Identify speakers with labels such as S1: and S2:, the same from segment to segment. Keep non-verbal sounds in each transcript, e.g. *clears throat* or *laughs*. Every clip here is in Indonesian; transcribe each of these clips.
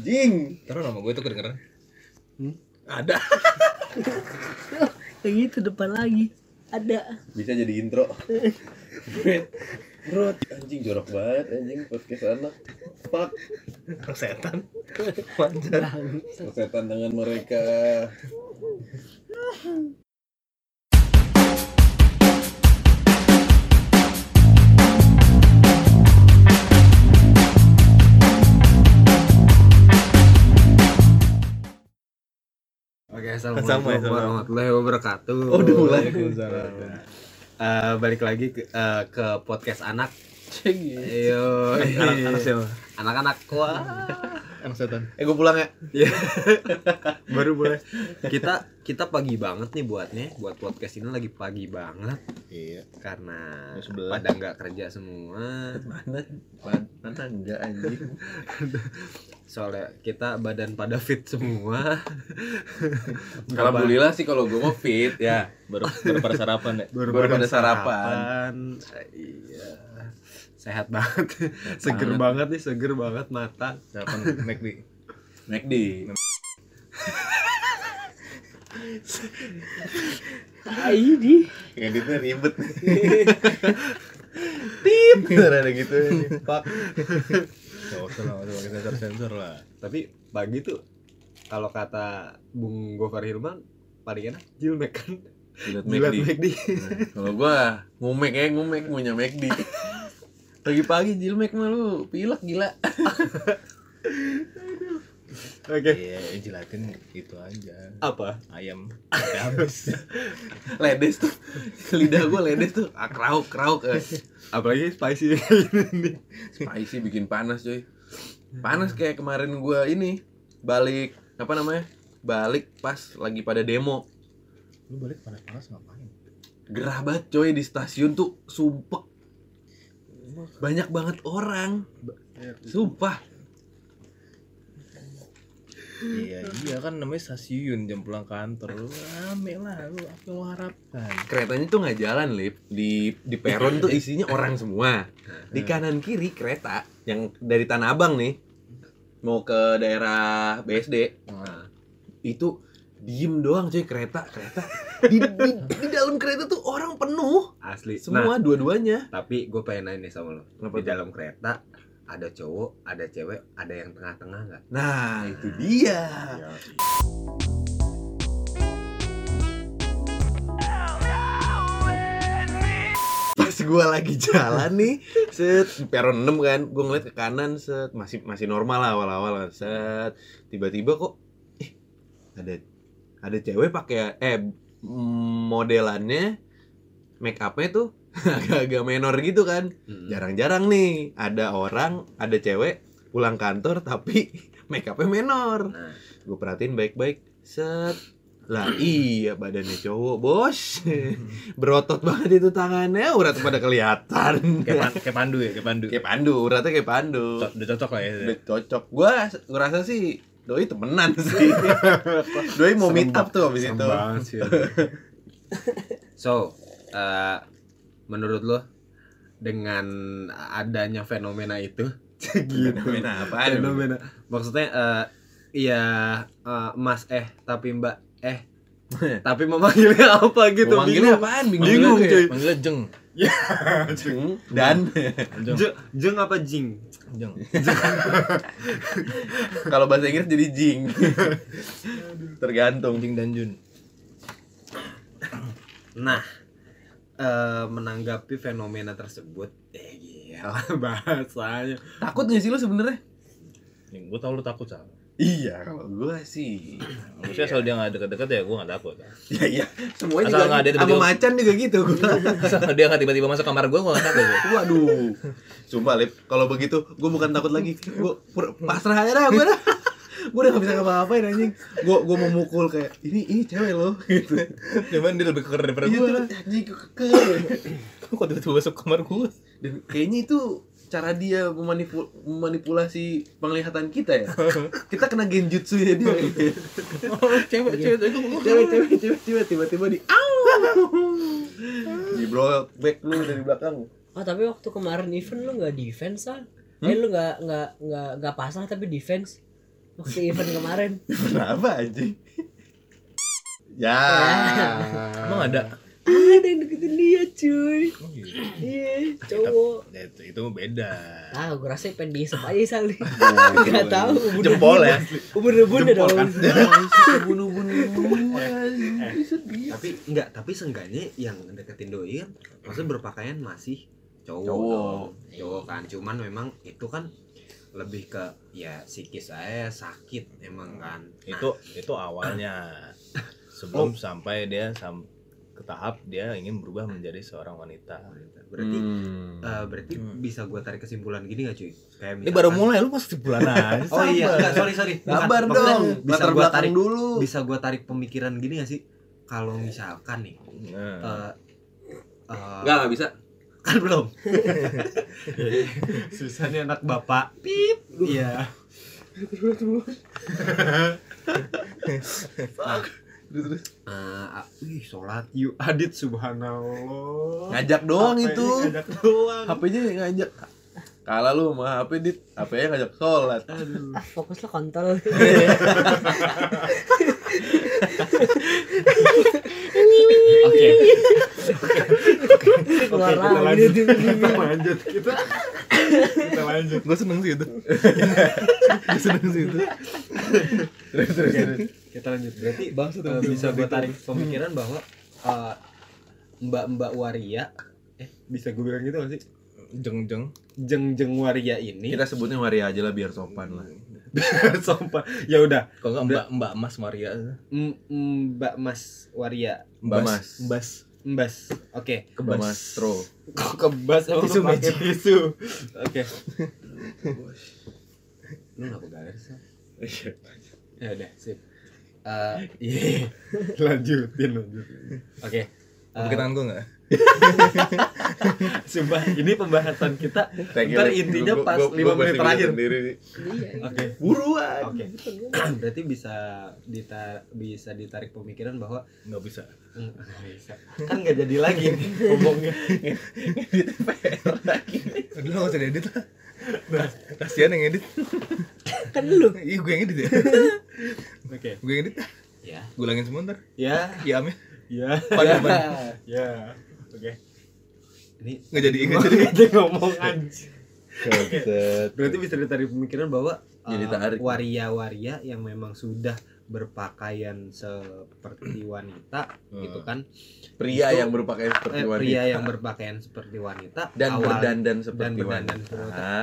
S1: Jing.
S2: Terus nama gue itu kedengeran.
S3: Hmm?
S4: Ada. *laughs*
S5: Kayak gitu depan lagi. Ada.
S1: Bisa jadi intro. Bro, anjing jorok banget anjing podcast anak. Fuck.
S4: Orang setan.
S1: Persetan dengan mereka.
S3: Oke,
S4: Assalamualaikum
S3: assalamualaikum warahmatullahi wabarakatuh.
S4: Oh, udah mulai.
S3: Eh, balik lagi ke, eh, ke podcast anak. Ayo, Iya.
S4: Anak-anak siapa?
S3: anak-anak wah.
S4: Anak setan. Eh gue pulang ya.
S3: Iya.
S4: Baru boleh.
S3: kita kita pagi banget nih buatnya, buat podcast ini lagi pagi banget
S4: Iya.
S3: karena
S4: Jam 11.
S3: pada nggak kerja semua.
S4: Mana? Mana, mana enggak anjing.
S3: Soalnya kita badan pada fit semua.
S2: Kalau Alhamdulillah sih kalau gue mau fit ya baru baru pada sarapan ya.
S3: baru,
S2: baru
S3: pada
S2: pada sarapan.
S3: sarapan. Eh, Iya. Sehat *laughs* banget. seger banget nih, seger banget mata.
S4: Sarapan McD.
S2: McD.
S5: Ai di.
S4: Editnya ribet. *laughs* Tip. Ada gitu. Pak. Gak usah lah, gak usah pakai sensor-sensor lah.
S3: Tapi pagi tuh kalau kata Bung Gofar Hilman paling enak jilmek kan.
S2: Jilat
S3: Jilat
S2: McD.
S3: McD.
S2: Kalau gua ngumek ya ngumek punya McD. Pagi-pagi jilmek mah lu pilek gila.
S3: *laughs*
S2: *laughs*
S3: Oke.
S4: Iya, jilatin itu aja.
S3: Apa?
S4: Ayam. Sampai habis.
S2: Ledes tuh. Lidah gua ledes tuh. Ah, Kerauk kerauk. eh.
S3: Apalagi spicy *laughs* ini.
S2: Spicy bikin panas coy. Panas kayak kemarin gua ini balik apa namanya? Balik pas lagi pada demo.
S4: *laughs* Lu balik panas-panas ngapain?
S2: Gerah banget coy di stasiun tuh sumpek. Banyak banget orang. Sumpah.
S4: Iya, iya kan namanya stasiun jam pulang kantor. Lu rame lah, lu apa yang lu harapkan?
S2: keretanya tuh nggak jalan lip di di peron tuh isinya orang semua di kanan kiri kereta yang dari Tanah Abang nih mau ke daerah BSD Nah, itu diem doang cuy kereta kereta di, di, di dalam kereta tuh orang penuh
S3: Asli. Nah,
S2: semua dua-duanya
S3: tapi gue pengen nanya nih sama lo.
S2: Kenapa
S3: Di
S2: tuh?
S3: dalam kereta ada cowok, ada cewek, ada yang tengah-tengah nggak? Iya.
S2: nah itu
S3: Ah.
S2: dia pas gua lagi jalan nih set di peron 6 kan gua ngeliat ke kanan set masih masih normal lah awal-awal kan set tiba-tiba kok eh, ada ada cewek pakai eh mm, modelannya make upnya tuh *laughs* agak-agak menor gitu kan jarang-jarang nih ada orang ada cewek pulang kantor tapi *laughs* make upnya menor
S3: Nah,
S2: gue perhatiin baik-baik set lah iya badannya cowok bos *laughs* berotot banget itu tangannya urat pada kelihatan
S4: Kayak pan- kayak pandu ya, kayak pandu.
S2: kayak pandu uratnya kayak pandu
S4: Co- Udah cocok lah ya.
S2: udah cocok gue ngerasa sih doi temenan
S4: *laughs*
S2: sih doi mau meet up tuh abis itu *laughs*
S3: So, eh, menurut lo dengan adanya fenomena itu, *laughs* gitu.
S2: fenomena apa
S3: fenomena, maksudnya eh, iya eh, Mas eh tapi Mbak eh tapi memanggilnya *laughs* apa gitu?
S2: manggilnya apaan
S3: Bingung,
S2: Manggilnya
S3: cuy.
S4: Manggilnya jeng,
S2: jeng dan
S4: jeng,
S3: Jeng, jeng apa jing?
S4: jeng.
S2: *laughs* kalau bahasa Inggris jadi
S4: *laughs*
S2: jing tergantung
S4: Jeng dan Jun.
S3: *clears throat* Nah, eh, menanggapi fenomena tersebut, eh gila *laughs* bahasanya.
S2: takut gak sih lu sebenarnya
S4: Yang gue tau lu takut sama.
S2: iya kalau gue
S4: *clears throat*
S2: sih
S4: Maksudnya kalau dia nggak deket-deket ya gue nggak takut. *laughs*
S2: Ya iya, semuanya
S4: Asal
S2: juga
S4: nggak ada
S2: sama
S4: tiba-tiba.
S2: macan juga gitu. gua.
S4: Kalau dia nggak tiba-tiba masuk kamar gue, gue nggak takut.
S2: *laughs* Waduh. Sumpah Lip, kalau begitu gue bukan takut lagi. Gue pasrah aja dah gue *laughs* dah. Gue udah gak bisa ngapa-ngapain anjing. Gue gue mau mukul kayak ini ini cewek lo *laughs* gitu.
S4: Cuman dia lebih keren daripada
S2: Iya
S4: gue.
S2: terus anjing keker.
S4: Kok tiba-tiba masuk kamar gue?
S2: Dan kayaknya itu cara dia memanipu- memanipulasi penglihatan kita *laughs* ya. Kita kena genjutsu ya *laughs* dia.
S4: *laughs* Cewek, cewek,
S2: cewek cewek cewek cewek tiba-tiba di *laughs* au. Di blow back lu dari belakang. *laughs*
S5: Oh, tapi waktu kemarin event lu nggak defense ah? Eh lu nggak nggak nggak nggak pasang tapi defense waktu event kemarin.
S2: Kenapa anjing? Ya.
S4: Emang ada?
S5: Ada yang deketin dia cuy.
S4: Emang gitu?
S5: Iya cowok.
S4: Ya, itu, itu mah beda.
S5: Ah gue rasa pengen dihisap aja sali.
S2: Waduh.
S5: Gak tau umur
S2: Jempol ya.
S5: Umur bunda
S2: Jempol kan.
S5: dong.
S2: *laughs*
S3: tapi enggak tapi seenggaknya yang deketin doi kan maksudnya berpakaian masih cowok
S2: Cowok.
S3: dong. cowok kan cuman memang itu kan lebih ke ya psikis aja sakit emang kan Nah,
S4: Itu itu awalnya. Sebelum sampai dia sam ke tahap dia ingin berubah menjadi seorang wanita.
S3: berarti
S2: Hmm.
S3: eh, berarti
S4: Hmm.
S3: bisa gua tarik kesimpulan gini gak cuy kayak
S4: Ini baru
S3: misalkan-
S4: mulai lu masih *laughs* bulan aja.
S3: oh iya
S4: sabar.
S3: enggak sorry sorry Bukan.
S2: Sabar
S3: Maksudnya
S2: dong.
S3: bisa
S2: Latar
S3: gua
S2: belakang
S3: tarik
S2: dulu.
S3: bisa gua tarik pemikiran gini gak sih kalau misalkan nih
S2: Hmm.
S3: eh,
S4: Nah.
S3: eh,
S6: Enggak, enggak bisa.
S3: kan belum *laughs* susah nih anak bapak pip iya Nah, eh, ah, wih, sholat yuk adit subhanallah
S2: Ngajak doang itu.
S3: Apa ini ngajak doang
S2: HP-nya yang ngajak. Kalah lu sama HP dit, HP-nya ngajak sholat.
S5: Ah fokus lo kontol. *laughs*
S3: oke
S5: Keluar *laughs* lagi.
S3: kita lanjut *laughs* kita
S4: Kita lanjut. Gue seneng
S2: *laughs*
S4: sih itu. Gue seneng sih itu.
S3: kita lanjut berarti eh, bisa gue tarik pemikiran bahwa eh, mbak-mbak waria eh bisa gue bilang gitu gak sih
S4: Jeng jeng.
S3: jeng-jeng waria ini
S2: Kita sebutnya Maria aja lah biar sopan lah.
S3: *laughs* sumpah ya udah
S4: Kok enggak Mbak Mbak Mas Maria?
S3: M- Mbak Mas Waria
S2: Mbak Mas.
S4: Mbak Ah.
S3: Mbas oke
S2: Mbak Mas Tro.
S3: kok kebas emang
S4: Tisu
S3: tisu
S4: magic.
S3: tisu oke lu nggak pegalir sih ya udah sip Eh, iya. *laughs* lanjutin lanjutin oke
S4: Mau pakai tangan gue enggak?
S3: Eh, Sumpah, ini pembahasan kita ntar intinya pas 5 menit terakhir.
S5: Iya.
S3: Oke.
S2: Buruan.
S3: Oke. *clears throat* Berarti bisa ditar bisa ditarik pemikiran bahwa
S4: Enggak bisa.
S3: "Hmm, *laughs* nggak bisa. Kan nggak jadi lagi *laughs* nih ngomongnya.
S4: Udah enggak usah edit lah. Nah, Kasihan yang edit.
S5: Kan lu.
S4: Iya gue yang edit ya.
S3: Oke.
S4: Gue yang edit.
S3: Ya.
S4: Gue ulangin semua ntar.
S3: Ya.
S4: Iya ame.
S3: Ya.
S4: Depan, depan.
S3: Ya. Oke. Ini
S4: Nggak jadi, nggak jadi.
S3: Dia ngomong anjing.
S2: Set.
S3: Berarti bisa ditarik pemikiran bahwa uh,
S2: Jadi tarik.
S3: waria-waria yang memang sudah berpakaian seperti wanita gitu kan
S2: Pria
S3: Itu-
S2: yang berpakaian seperti
S3: eh,
S2: wanita.
S3: pria yang berpakaian seperti wanita
S2: dan
S3: awal-
S2: berdandan seperti
S3: berdandan
S2: wanita.
S3: seperti wanita.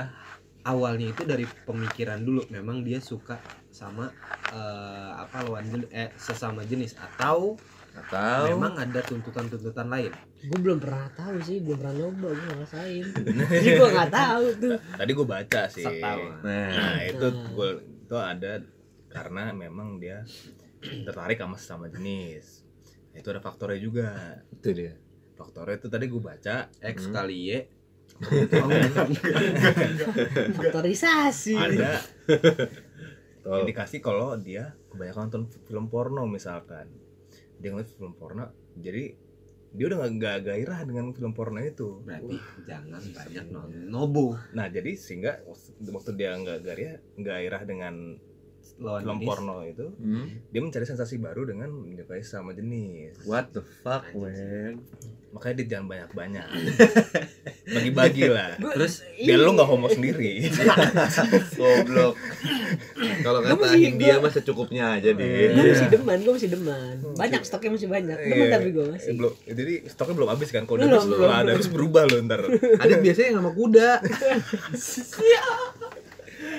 S3: awalnya itu dari pemikiran dulu memang dia suka sama eh, apa lawan jenis eh, sesama jenis atau
S2: Atau
S3: memang ada tuntutan-tuntutan lain
S5: Gue belum pernah tahu sih, belum pernah nyoba gue ngerasain. Jadi
S4: Gitu.
S5: gue nggak tahu tuh.
S4: Tadi gue baca sih.
S3: Setahun.
S2: nah,
S4: Nah,
S3: Gitu.
S4: itu gue itu ada karena memang dia tertarik sama sesama jenis. Nah, itu ada faktornya juga.
S2: itu dia.
S4: Faktornya itu tadi gue baca
S3: X
S2: Hmm.
S3: kali
S4: *laughs*
S3: Y
S5: Faktorisasi.
S4: ada
S2: Tol.
S4: indikasi kalau dia kebanyakan nonton film porno misalkan. Dia ngeliat film porno jadi dia udah nggak- nggak gairah dengan film porno itu.
S3: berarti jangan banyak non nobo
S4: Nah, jadi sehingga waktu dia nggak gairah, gairah dengan
S3: lawan
S4: film
S3: jenis
S4: porno itu,
S2: Hmm?
S4: dia mencari sensasi baru dengan menyukai sama jenis.
S2: What the fuck, man?
S4: Makanya dia jangan banyak-banyak.
S5: *laughs*
S4: Bagi-bagi lah.
S3: terus
S5: Iya.
S4: Biar lu nggak homo *laughs* sendiri. Iya.
S2: Goblok. Kalau
S5: Gua
S2: kata
S5: masih-
S2: India
S5: gua-
S2: mah secukupnya aja deh.
S5: Gue
S4: Iya.
S5: masih demen, gue masih demen. Banyak stoknya masih banyak. Demen
S4: Iya.
S5: tapi gue masih.
S4: Belum, jadi stoknya belum habis kan. Kalau
S5: Belum,
S4: udah habis,
S5: belum,
S4: lah, ada
S5: belum.
S4: habis berubah lo
S5: *laughs*
S4: ntar.
S2: Adit biasanya yang sama kuda.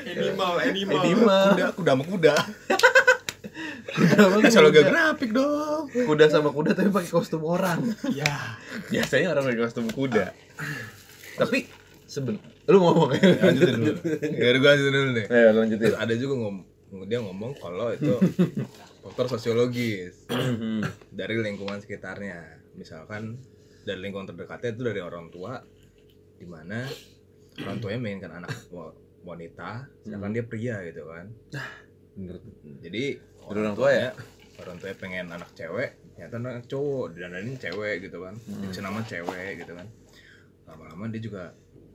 S3: animal
S2: Eh,
S3: animal
S2: *laughs* Edimal.
S4: Kuda, kuda sama kuda.
S2: Kuda sama
S4: Kan selalu
S2: kuda.
S4: grafik
S5: *laughs*
S4: dong.
S2: Kuda sama kuda tapi pakai kostum orang.
S3: ya
S2: Biasanya orang pakai kostum kuda. Tapi seben lu ngomong ya.
S4: Lanjutin dulu. Ya udah gua lanjutin dulu nih.
S2: *laughs* Ayo lanjutin.
S4: Terus ada juga ngom dia ngomong kalau
S5: *laughs*
S4: itu faktor sosiologis dari lingkungan sekitarnya. Misalkan dari lingkungan terdekatnya itu dari orang tua di mana orang tuanya menginginkan anak wa- wanita
S2: Hmm.
S4: sedangkan dia pria gitu kan.
S2: Bener.
S4: Jadi
S2: Dari orang tua ya?
S4: tuanya- Orang tuanya pengen anak cewek, ternyata anak
S2: Hmm.
S4: cowok, didandanin cewek gitu kan. Dikasih nama cewek gitu kan. Lama-lama dia juga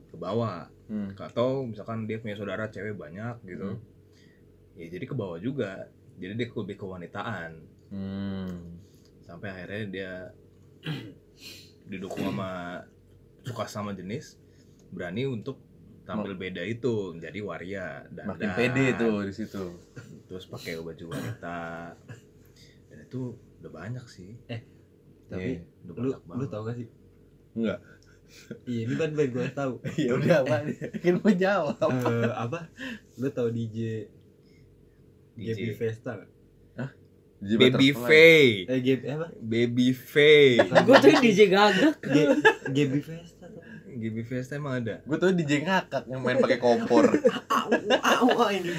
S4: ke bawah
S2: Hmm.
S4: atau misalkan dia punya saudara cewek banyak gitu ya jadi ke bawah juga jadi dia lebih kewanitaan
S2: Hmm.
S4: sampai akhirnya dia didukung sama suka sama jenis berani untuk tampil beda itu jadi waria dan
S2: Makin pede tuh di situ.
S4: terus pakai baju wanita dan itu udah banyak sih Iya,
S3: Tapi
S4: udah
S3: lu
S4: banyak
S3: lu
S4: banget
S3: tau gak sih?
S2: Enggak.
S3: Iya, ini ban ban gue tahu.
S2: *laughs* ya udah apa? Kan mau jawab.
S3: Eh, apa? Lu tahu DJ Gaby
S4: DJ.
S3: Vesta nggak?
S4: baby Faye
S3: Eh Gaby
S4: *laughs*
S3: apa?
S4: baby Faye
S5: Gue tuh DJ gagak.
S3: G- Gaby Vesta. tuh.
S4: baby Faye tuh emang ada
S2: Gue tuh DJ ngakak yang main pakai kompor. *laughs*
S3: Au au au ini.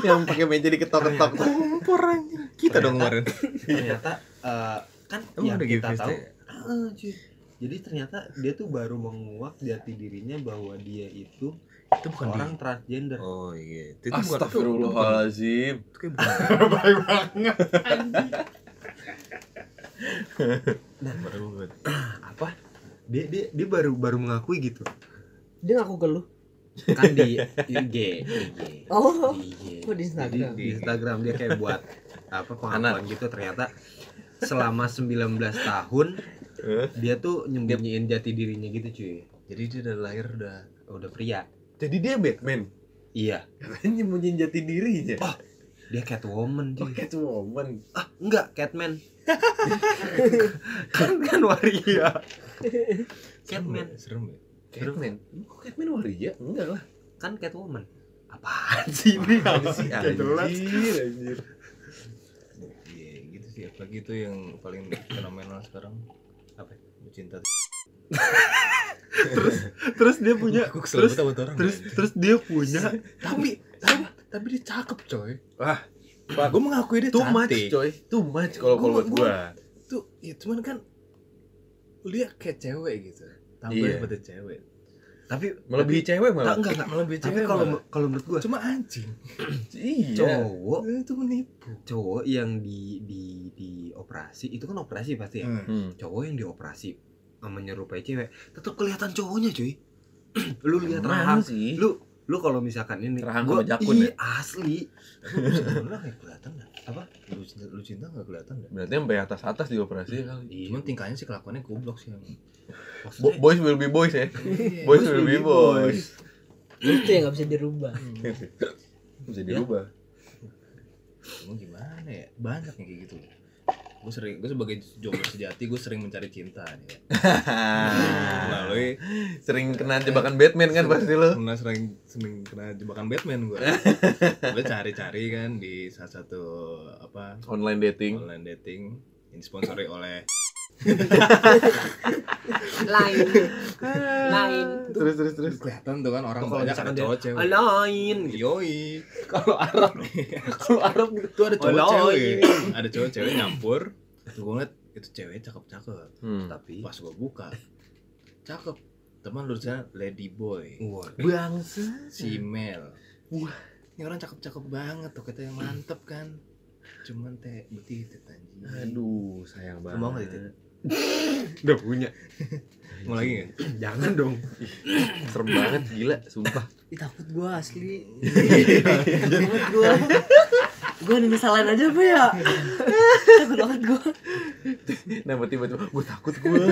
S2: yang pakai meja diketok-ketok kompor anjing.
S4: kita dong kemarin
S3: *laughs* Ternyata eh, kan
S4: emang
S3: yang
S4: ada Gaby
S3: kita
S4: Faye
S3: tahu
S4: ya?
S3: Ah, cuy. Jadi ternyata dia tuh baru menguak di hati dirinya bahwa dia itu
S4: itu bukan
S3: orang
S4: dia
S3: transgender.
S4: oh iya itu bukan-
S2: Astagfirullahalazim.
S4: itu kayak bukan
S2: Baik banget.
S4: baru banget
S3: Apa? Dia dia dia baru baru mengakui gitu.
S5: Dia ngaku ke lu.
S3: Kan *laughs* di IG, IG.
S5: Oh.
S3: IG.
S5: Kok di
S3: Jadi
S5: Instagram?
S3: di Instagram dia kayak buat apa pengakuan gitu ternyata selama 19 tahun dia tuh nyembunyiin jati dirinya gitu cuy. Oh,
S4: jadi dia udah lahir udah
S3: Udah pria.
S2: Jadi dia Batman.
S3: Iya,
S2: Katanya nyembunyiin jati dirinya.
S3: dia Catwoman
S2: Oh,
S3: cuy.
S2: Catwoman.
S3: Ah, enggak, Catman. kan kan waria.
S4: serem ya
S3: Catman.
S4: serem ya
S2: Catman. Kok Catman waria? Enggak lah.
S3: Kan Catwoman. Apaan sih ini?
S2: Anjir,
S3: Iya, Gak jelas.
S2: anjir.
S4: Iya gitu sih apalagi itu yang paling fenomenal sekarang
S3: Apa?
S4: Cinta
S3: Terus dia punya
S4: Gue kesel
S3: terus
S4: banget sama tuh orang
S3: terus
S4: anjing.
S3: terus dia punya
S4: tapi tapi, tapi dia cakep coy
S2: Wah,
S4: gue mengakui dia
S2: too much
S4: cantik
S2: coy. Too much kalau kalau buat
S4: Gua-
S2: gua.
S4: tuh ya cuman kan dia kayak cewek gitu tampil
S2: Iya.
S4: seperti cewek
S3: tapi
S2: Melebihi cewek
S3: tapi- tak,
S2: malah.
S3: enggak enggak.
S4: melebihi
S3: Tapi
S4: cewek
S3: kalau
S4: malah.
S3: kalau menurut gua
S4: cuma anjing Eh,
S2: Iya.
S3: cowok
S4: itu menipu
S3: cowok yang di di di operasi itu kan operasi pasti ya
S4: Hmm.
S2: Hmm.
S3: cowok yang dioperasi eh, menyerupai cewek tetap kelihatan cowoknya cuy *clears throat* lu lihat rahang
S2: sih.
S3: lu lu kalau misalkan ini
S2: Rahang
S3: gua-
S2: sama jakun ya?
S3: ih, asli
S4: lu cinta nggak kelihatan nggak?
S3: Apa?
S4: lu cinta lu cinta nggak kelihatan nggak?
S2: Berarti sampai atas atas dioperasi kali.
S4: cuman tingkahnya sih kelakuannya goblok sih emang
S2: Bo-
S3: Iya, Maksudnya,
S2: boys will be boys ya. Boys will be boys.
S5: Itu yang gak bisa dirubah.
S2: Bisa dirubah.
S4: Cuma gimana ya? Banyak yang kayak gitu. Gue sering, gue sebagai jomblo sejati, gue sering mencari cinta nih. Ya.
S2: Iya.
S3: Ah.
S4: Melalui,
S2: *laughs* Sering kena jebakan Batman kan pasti lo.
S4: pernah sering sering kena jebakan Batman gue. gue cari-cari kan di salah satu apa
S2: Online dating.
S4: online dating yang disponsori oleh
S5: Lain. *laughs* Lain.
S2: Terus terus terus.
S4: kelihatan tuh kan orang
S3: Tuh, kalau
S4: banyak ada
S3: misalkan
S4: cowok cewek.
S3: lain gitu.
S4: Yoi.
S3: kalau Arab kalau Arab gitu
S4: Itu ada cowok cewek.
S3: Alay.
S4: Ada cowok cewek nyampur. Tuh gue ngeliat itu cewek cakep-cakep.
S2: Hmm.
S3: tapi
S4: Pas gue buka, cakep. Teman lulusnya Lady Boy.
S3: wah *laughs*
S2: Bangsa.
S4: si Mel
S2: Wah.
S4: ini orang cakep-cakep banget tuh katanya mantep kan cuman teh betitit anjing
S2: Aduh, sayang banget.
S4: mau nggak titik?
S3: udah punya *clears throat*
S4: mau lagi nggak
S3: jangan dong
S2: Serem banget gila, *laughs* sumpah.
S5: Ih, takut gue asli. takut banget gue. Gue nunggu salahin aja apa ya? takut banget gue.
S2: Nah, tiba-tiba gue takut gue.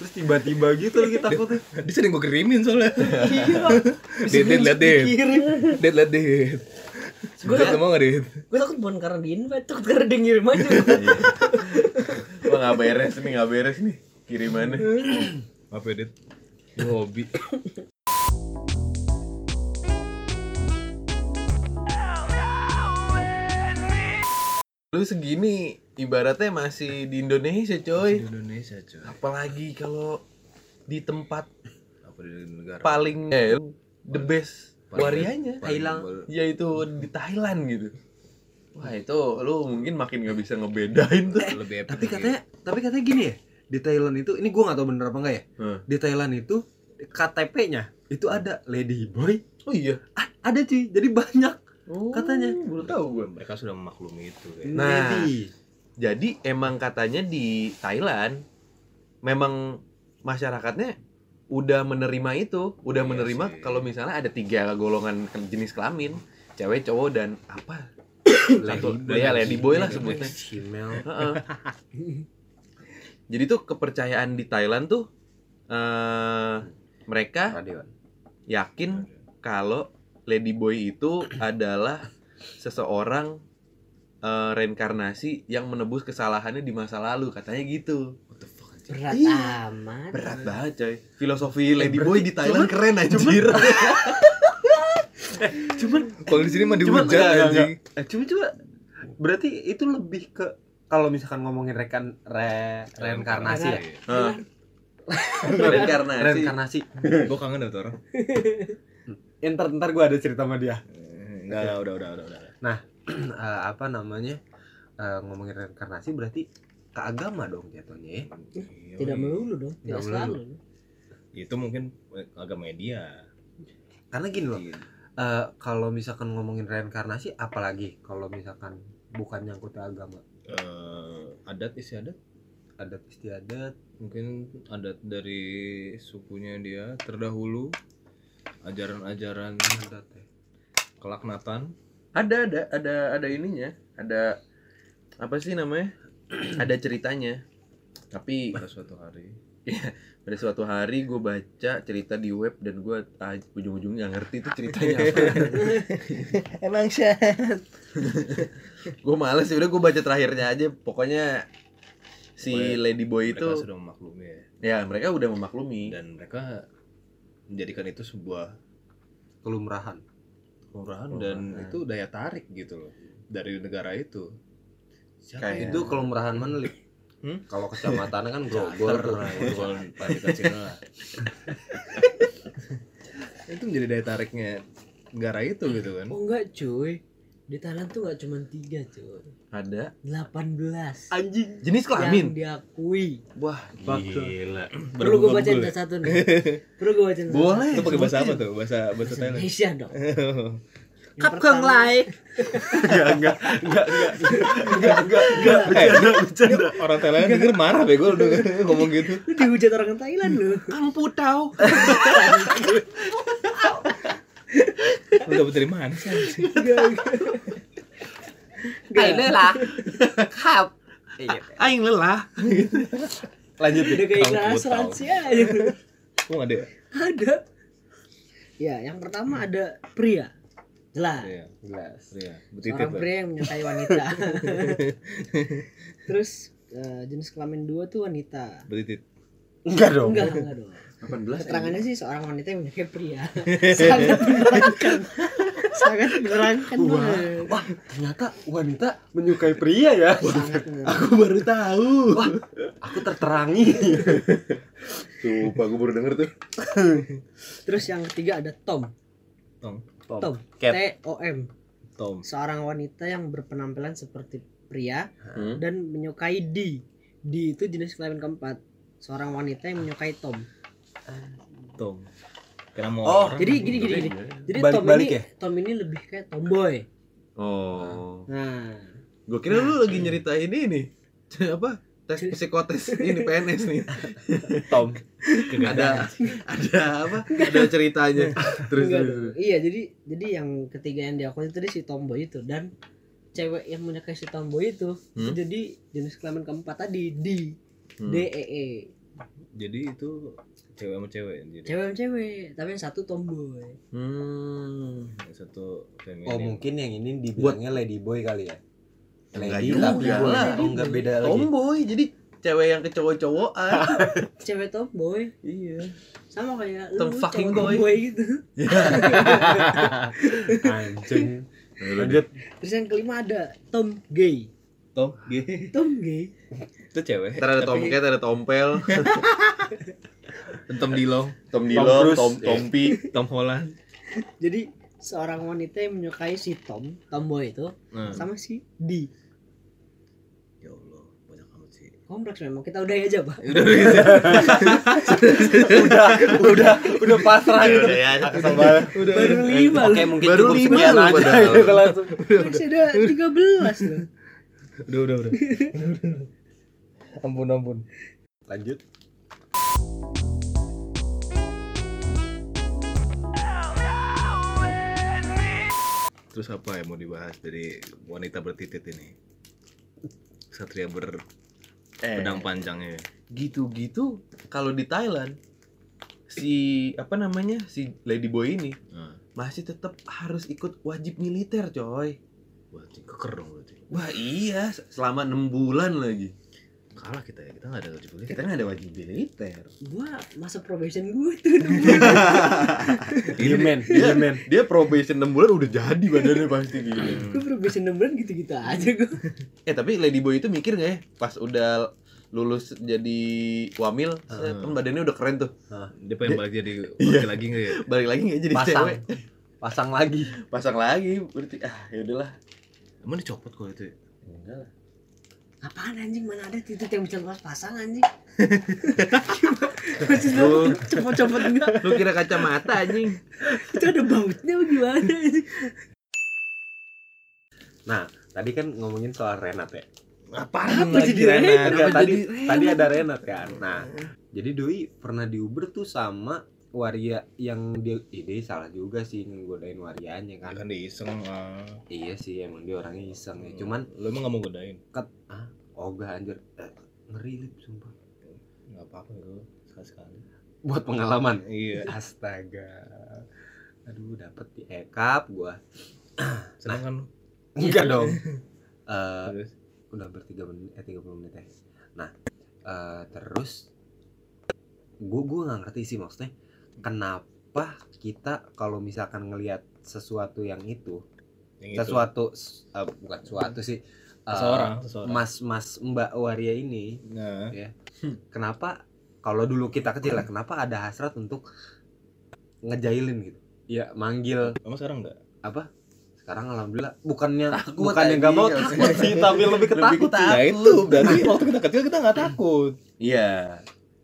S3: terus tiba-tiba gitu
S2: *laughs*
S3: lagi takutnya
S4: dia sering gue kirimin *laughs* soalnya
S5: Iya.
S4: Dit, dit, liat dit Dit, liat dit
S5: Gua-
S4: Dit, lu mau nggak dit?
S5: Gue takut bukan karena di invite, takut karena dia ngirim aja.
S2: Wah, nggak beres nih, nggak beres nih. Kirimannya.
S4: Maaf ya dit Gua hobi
S2: Lu segini ibaratnya masih di Indonesia,
S4: Di
S2: coy.
S4: Indonesia coy
S2: Apalagi kalau di tempat
S4: Apa di negara
S2: paling eh, the best
S4: Paling-
S2: warianya
S4: paling
S3: Thailand.
S4: bol-
S2: yaitu di Thailand gitu wah itu lu mungkin makin nggak bisa ngebedain tuh
S4: Lebih epic
S2: Iya.
S3: tapi
S4: lagi.
S3: katanya tapi katanya gini ya di Thailand itu ini gua nggak tahu bener apa enggak ya
S2: Hmm.
S3: di Thailand itu KTP-nya itu ada lady boy
S2: *laughs* oh iya
S3: ah, ada cuy jadi banyak
S2: Oh.
S3: Katanya.
S2: baru tahu gua
S4: Mereka sudah memaklumi itu kayak
S2: Nah.
S3: lady
S2: jadi emang katanya di Thailand memang masyarakatnya udah menerima itu, udah
S4: Iya
S2: menerima
S4: sih.
S2: kalau misalnya ada tiga golongan ke- jenis kelamin, cewek, cowok dan apa? *laughs* Satu, ya ladyboy lah sebutnya.
S3: Female.
S2: Heeh. Jadi tuh kepercayaan di Thailand tuh eh mereka yakin kalau ladyboy itu *clears throat* adalah seseorang eh, reinkarnasi yang menebus kesalahannya di masa lalu, katanya gitu.
S5: Berat
S2: Iya.
S5: amat.
S2: Berat banget coy. Filosofi ladyboy di Thailand keren *laughs* anjir.
S1: Cuman
S4: Kalau di sini mah
S1: Cuman
S4: dihujat
S1: enggak, enggak,
S4: anjing.
S1: Eh, cuma cuma berarti itu lebih ke kalau misalkan ngomongin rekan re, reinkarnasi
S4: Iya,
S1: ya
S2: Hah. reinkarnasi.
S1: reinkarnasi
S4: Gue kangen sama tuh orang.
S1: Ya, ntar ntar gue ada cerita sama
S3: *clears throat*
S1: dia
S4: Enggak, enggak, udah, udah, udah, udah.
S1: Eh, apa namanya Eh, ngomongin reinkarnasi berarti
S3: Ke agama dong jatuhnya ya.
S5: Tidak melulu dong. Tidak
S3: Tidak
S5: selalu.
S4: Itu mungkin agama media.
S3: Karena gini
S4: Iya.
S3: loh,
S2: Iya.
S3: eh, kalau misalkan ngomongin reinkarnasi apalagi kalau misalkan bukan nyangkut ke agama,
S4: Eh, adat istiadat
S3: adat istiadat,
S4: mungkin adat dari sukunya dia terdahulu ajaran-ajaran
S3: adat ya.
S4: kelaknatan
S2: Ada ada ada ada ininya. Ada apa sih namanya? *clears throat* ada ceritanya. Tapi
S4: pada suatu hari
S2: pada suatu hari gue baca cerita di web dan gue ah, ujung-ujungnya nggak ngerti itu ceritanya *laughs* apa.
S5: Emang sih.
S2: gue males sih udah gue baca terakhirnya aja. Pokoknya si
S4: Pokoknya
S2: ladyboy itu
S4: mereka sudah memaklumi ya.
S2: ya mereka udah memaklumi.
S4: dan mereka menjadikan itu sebuah
S3: kelumrahan.
S4: kelurahan dan
S2: Kelurahan.
S4: itu daya tarik gitu loh dari negara itu siapa
S2: Kayak-
S3: Itu kelumrahan mana, Lip?
S4: Iya. Hmm?
S3: Kalau kecamatan kan Grogor
S2: *laughs*
S3: tuh.
S4: Bogor *laughs* itu menjadi daya tariknya negara itu gitu kan
S2: Hmm?
S5: Oh enggak cuy. Di Thailand tuh enggak cuma tiga cuy.
S2: Ada
S5: 18
S1: anjing
S2: jenis
S5: yang
S2: kelamin.
S5: diakui.
S2: Wah,
S1: Gila.
S5: Perlu gue bacain salah satu
S2: *laughs*
S5: nih. Perlu gue bacain. salah
S2: boleh.
S4: itu pakai bahasa apa tuh bahasa bahasa
S5: satu.
S4: Thailand
S5: Indonesia
S2: *laughs*
S5: dong. Yang
S6: Cắp cường
S5: pertama-
S6: lại
S1: Enggak, enggak, enggak, enggak, enggak, enggak, enggak, bercanda, bercanda.
S4: Eh, orang Thailand denger marah bego lu denger *laughs* ngomong gitu
S5: Lu dihujat orang Thailand
S2: *laughs*
S5: lu.
S6: Căng phu tao
S4: lu dapet dari mana sih anjing?
S5: Iya.
S6: Anh nữa là Khạp Anh nữa là
S1: Lanjut
S5: Udah kayak
S4: Kamu
S5: iklan
S4: tahu.
S5: asuransi aja.
S4: kok nggak ada ya?
S5: *laughs* Ada. Ya, yang pertama ada pria. Jelas.
S4: Iya,
S1: Jelas.
S4: iya. Betitit
S5: Seorang
S4: lah.
S5: pria yang menyukai
S2: *laughs*
S5: wanita. Terus eh, jenis kelamin dua tuh wanita.
S4: Betitit.
S1: Enggak dong.
S5: Enggak, enggak dong.
S2: 18
S5: Keterangannya sih seorang wanita yang menyukai pria. Sangat menerangkan. Sangat menerangkan
S1: Wah.
S5: banget.
S1: Wah, ternyata wanita menyukai pria ya.
S5: Sangat menerangkan.
S1: Aku baru tahu. Wah, aku terterangi.
S2: Tuh, Pak gue baru denger tuh.
S5: Terus yang ketiga ada Tom.
S4: Tom.
S5: Tom.
S1: Cat.
S5: T O M.
S4: Tom.
S5: Seorang wanita yang berpenampilan seperti pria
S2: Hmm.
S5: dan menyukai D. D itu jenis kelamin keempat. Seorang wanita yang menyukai Tom.
S4: Tom. Karena mau
S1: Oh,
S4: orang kan
S5: Jadi gini gini gini. Jadi Tom
S1: Balik-balik
S5: ini
S1: ya?
S5: Tom ini lebih kayak tomboy.
S2: Oh.
S5: Nah, iya.
S2: Gue kira lu lagi nyeritain ini. *laughs* Apa? Tes psikotes ini PNS nih.
S1: Tom.
S2: ada ada apa? Ada ceritanya. Terus
S5: enggak
S2: terus,
S5: dong.
S2: terus.
S5: Iya, jadi jadi yang ketiga yang diakui itu tadi si tomboy itu dan cewek yang menyukai si tomboy itu
S2: Hmm?
S5: jadi jenis kelamin keempat tadi D D E E
S4: jadi itu cewek sama cewek jadi
S5: cewek sama cewek tapi yang satu tomboy
S2: Hmm.
S4: yang satu feminin
S3: Oh mungkin yang ini dibilangnya ladyboy kali ya.
S2: Enggak
S3: Lady
S2: juga.
S3: tapi boy. Oh, enggak beda lagi.
S2: Tomboy. Jadi cewek yang ke cowok-cowokan.
S5: cewek tomboy
S2: iya.
S5: sama kayak
S2: Tom
S5: lu
S2: fucking
S5: cowok
S2: boy. Iya.
S5: tomboy gitu
S1: Anjing. Lanjut.
S5: *laughs* terus yang kelima ada tom gay
S4: Tom *laughs* G
S5: tom gay
S4: itu cewek
S2: Ntar ada
S4: tapi
S2: tomcat, ada *laughs* tompel,
S4: Nah, Tom Dilong
S2: tom iya.
S1: Tom
S2: dilo,
S1: Cruise.
S2: tom tompi.
S4: Tom Holland
S5: jadi seorang wanita yang menyukai si tom tomboy itu
S2: Hmm.
S4: nah.
S5: sama si D
S4: ya Allah banyak amat sih
S5: kompleks memang kita udahi aja pak
S2: Iya,
S4: udah udah
S1: Udah, udah, udah pasrah
S2: Ya
S1: gitu.
S2: udah ya.
S1: Kesel banget.
S4: udah
S5: baru lima
S3: Oke
S5: loh
S3: mungkin
S1: Baru
S3: cukup
S1: lima Eh,
S3: sekian
S1: lu
S3: aja.
S1: padahal. Kalau langsung.
S5: masih ada tiga belas loh
S4: udah udah udah *laughs* ampun ampun
S1: Lanjut.
S4: Terus apa yang mau dibahas dari wanita bertitit ini? Satria ber pedang panjangnya.
S2: Eh, gitu-gitu kalau di Thailand si apa namanya si ladyboy ini
S4: Nah,
S2: masih tetap harus ikut wajib militer coy
S4: berarti keker dong berarti.
S2: wah iya selama enam bulan lagi
S4: Kalah kita ya, kita nggak ada wajib militer.
S2: kita nggak ada wajib militer
S5: Gua masa probation gue tuh dulu.
S3: Diemen,
S2: Iya.
S3: diemen.
S2: dia probation 6 bulan udah jadi badannya pasti gitu
S5: Gue probation 6 bulan gitu-gitu aja gue.
S2: *laughs* eh tapi ladyboy itu mikir nggak ya pas udah lulus jadi wamil set, kan badannya udah keren tuh
S4: Dia pengen balik jadi laki-laki nggak ya?
S2: balik lagi nggak jadi
S3: Pasang.
S2: cewek
S3: Pasang lagi.
S2: pasang lagi berarti ah ya udahlah
S4: Emang dicopot kok itu ya?
S5: Apaan anjing mana ada titik yang bisa lepas pasang anjing? Maksud lu copot-copot enggak?
S2: lu kira kacamata anjing
S5: Itu ada bautnya apa gimana anjing?
S3: Tadi kan ngomongin soal Renat ya.
S4: Apaan
S5: Apa
S4: lagi?
S5: jadi Renat?
S3: Enggak,
S5: Kenapa
S3: tadi
S5: jadi
S3: tadi ada Renat kan. Nah, jadi Doi pernah diuber tuh sama waria yang dia ide salah juga sih nggodain warianya
S4: Ya
S3: kan.
S4: kan diiseng ah.
S3: Iya sih emang dia orangnya iseng ya. Cuman
S4: lu emang gak mau godain?
S3: ket ah, ogah anjir. Eh, Ngeri lip sumpah.
S4: Gak apa-apa itu sekali-sekali
S3: Buat pengalaman.
S4: Iya
S3: Astaga. Aduh, dapet di ekap gua.
S4: Seneng kan lu?
S3: Enggak dong. Eh,
S4: Terus
S3: udah hampir 3 menit eh 30 menit ya. Nah, eh, terus gua gua nggak ngerti sih maksudnya kenapa kita kalau misalkan ngelihat sesuatu yang itu,
S4: Yang itu
S3: sesuatu s- eh, bukan sesuatu sih eh,
S4: Seseorang Seseorang
S3: mas-mas Mbak Waria ini
S4: Nah
S3: kenapa kalau dulu kita kecil lah kenapa ada hasrat untuk ngejailin gitu. Ya manggil
S4: Emang sekarang gak?
S3: sekarang alhamdulillah bukannya
S7: Takut,
S3: bukannya nggak
S4: iya,
S3: mau
S7: anjing.
S3: takut sih tapi
S7: Lebih
S3: lebih ketakut
S7: Takut.
S4: Nah itu berarti waktu kita kecil kita gak takut
S2: Iya.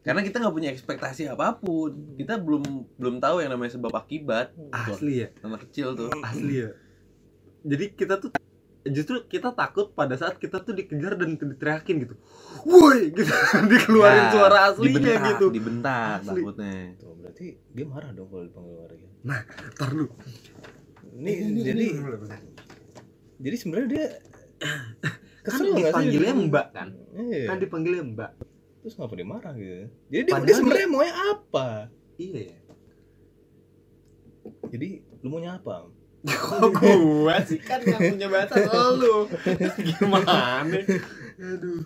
S2: Karena kita nggak punya ekspektasi apapun. Kita belum belum tahu yang namanya sebab akibat.
S3: asli ya
S2: Anak kecil tuh.
S3: asli ya jadi kita tuh justru kita takut pada saat kita tuh dikejar dan diteriakin gitu woi gitu *laughs* dikeluarin
S2: Ya,
S3: suara aslinya
S2: dibentak,
S3: gitu
S2: Dibentak
S3: Asli.
S2: takutnya.
S4: Tuh Gitu. berarti dia marah dong kalau dipanggil waria
S3: ntar lu
S4: Ini
S3: Iya,
S4: jadi Jadi sebenarnya dia
S3: *coughs* kan
S4: Kesel gak sih?
S3: dipanggilnya mbak kan
S4: Iya
S3: kan dipanggilnya mbak
S4: Terus ngapa dia marah gitu Jadi dia, dia
S3: Padahal
S4: sebenarnya maunya apa?
S3: iya ya
S4: Jadi lu maunya apa?
S3: *laughs* kok gua sih kan gak punya *laughs* bahasa lu gimana aduh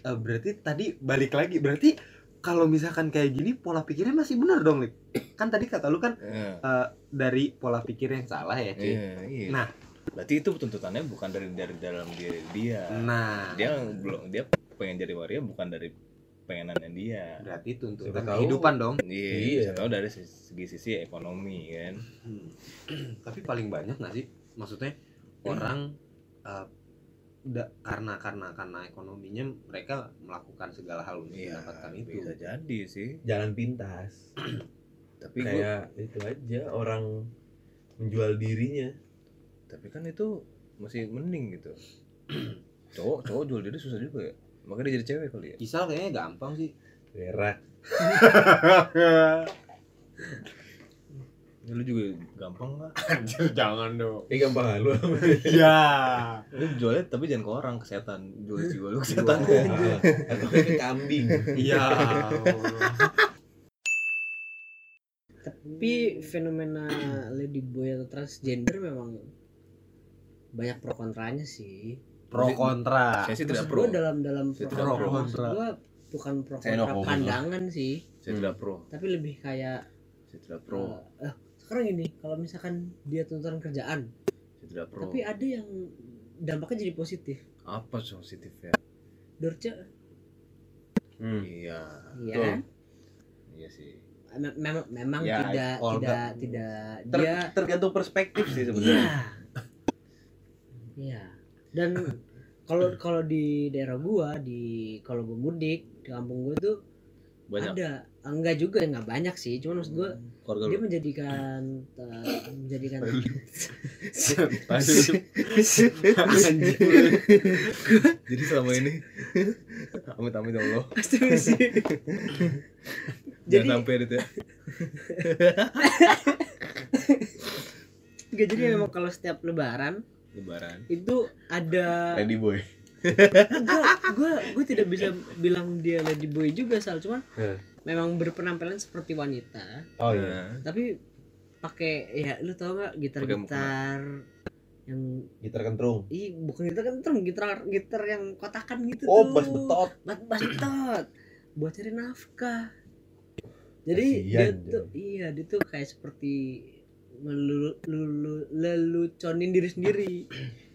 S3: Eh, berarti tadi balik lagi berarti kalau misalkan kayak gini pola pikirnya masih benar dong Lip kan tadi kata lu kan
S4: Iya
S3: dari pola pikir yang salah ya cuy
S4: iya.
S3: Nah.
S4: berarti itu tuntutannya bukan dari dari dalam diri dia.
S3: nah
S4: Dia belum dia pengen jadi waria bukan dari pengenannya dia.
S3: berarti tuntutan
S4: Siapa tahu.
S3: kehidupan dong *clears throat*
S4: Iya,
S2: Iya.
S4: bisa tahu dari segi sisi ekonomi kan.
S3: tapi paling banyak nggak sih maksudnya orang eh, da- karena karena karena ekonominya mereka melakukan segala hal untuk
S4: Iya,
S3: mendapatkan itu
S4: bisa jadi sih.
S8: jalan pintas
S4: *clears throat* Tapi gua,
S8: kayak itu aja orang menjual dirinya
S4: tapi kan itu masih mending gitu. *clears throat* cowok cowok jual diri susah juga ya. Makanya dia jadi cewek kali ya.
S3: Isal kayaknya gampang sih
S8: berak
S4: *laughs* Ya, Lu juga gampang lah.
S3: jangan dong
S8: ini gampang ah, lu
S3: ya
S4: Lu jualnya tapi jangan ke orang ke setan. Jual jiwa lu ke
S8: *laughs*
S4: setan.
S8: setan atau ke kambing
S3: iya
S5: Tapi fenomena ladyboy atau transgender memang banyak pro kontranya sih.
S3: pro kontra
S4: Saya sih
S5: Maksud
S4: tidak
S5: gua
S4: Ya, pro.
S5: dalam dalam
S4: Saya
S5: pro
S4: tidak
S5: kontra,
S3: pro.
S5: maksud gua bukan pro
S2: Saya no
S5: kontra
S2: homo.
S5: pandangan sih,
S4: Saya tidak pro.
S5: tapi lebih kayak
S4: Saya tidak pro.
S5: eh, eh, sekarang gini, kalau misalkan dia tuntutan kerjaan,
S4: Saya tidak pro.
S5: tapi ada yang dampaknya jadi positif.
S4: apa ya? positifnya?
S5: Dorce,
S4: *laughs* Iya,
S5: iya
S2: Betul.
S5: kan?
S4: iya sih.
S5: Mem- memang memang
S2: Ya,
S5: tidak
S3: Olga.
S5: tidak tidak
S2: Ter-
S3: Iya.
S5: dia
S2: tergantung perspektif sih
S5: Iya.
S2: sebenarnya.
S5: Iya. Dan kalau kalau di daerah gua di kalau gua mudik di kampung gua tuh
S2: banyak Hmm.
S5: Ada. Enggak juga enggak banyak sih, cuman maksud gue
S2: keluarga lu
S5: dia menjadikan eh, menjadikan *laughs*
S4: *laughs* Jadi selama ini *laughs* Amit amit ya Allah
S5: pasti sih.
S4: Jangan
S5: Jadi-
S4: sampai itu ya
S5: Enggak jadi memang kalau setiap lebaran
S4: Lebaran
S5: itu ada
S2: ready Iya. boy
S5: gue gue tidak bisa bilang dia lady boy juga sal cuman
S9: Hmm.
S5: memang berpenampilan seperti wanita
S9: Oh iya.
S4: Nah,
S5: tapi pakai ya lu tau gak gitar gitar yang
S9: Gitar kentrung.
S5: ih bukan gitar kentrum gitar gitar yang kotakan gitu
S9: Oh,
S5: tuh.
S9: bas betot.
S5: Bas- bas betot buat cari nafkah jadi dia
S9: Kasian,
S5: tuh iya dia tuh kayak seperti melulu lulu- leluconin diri sendiri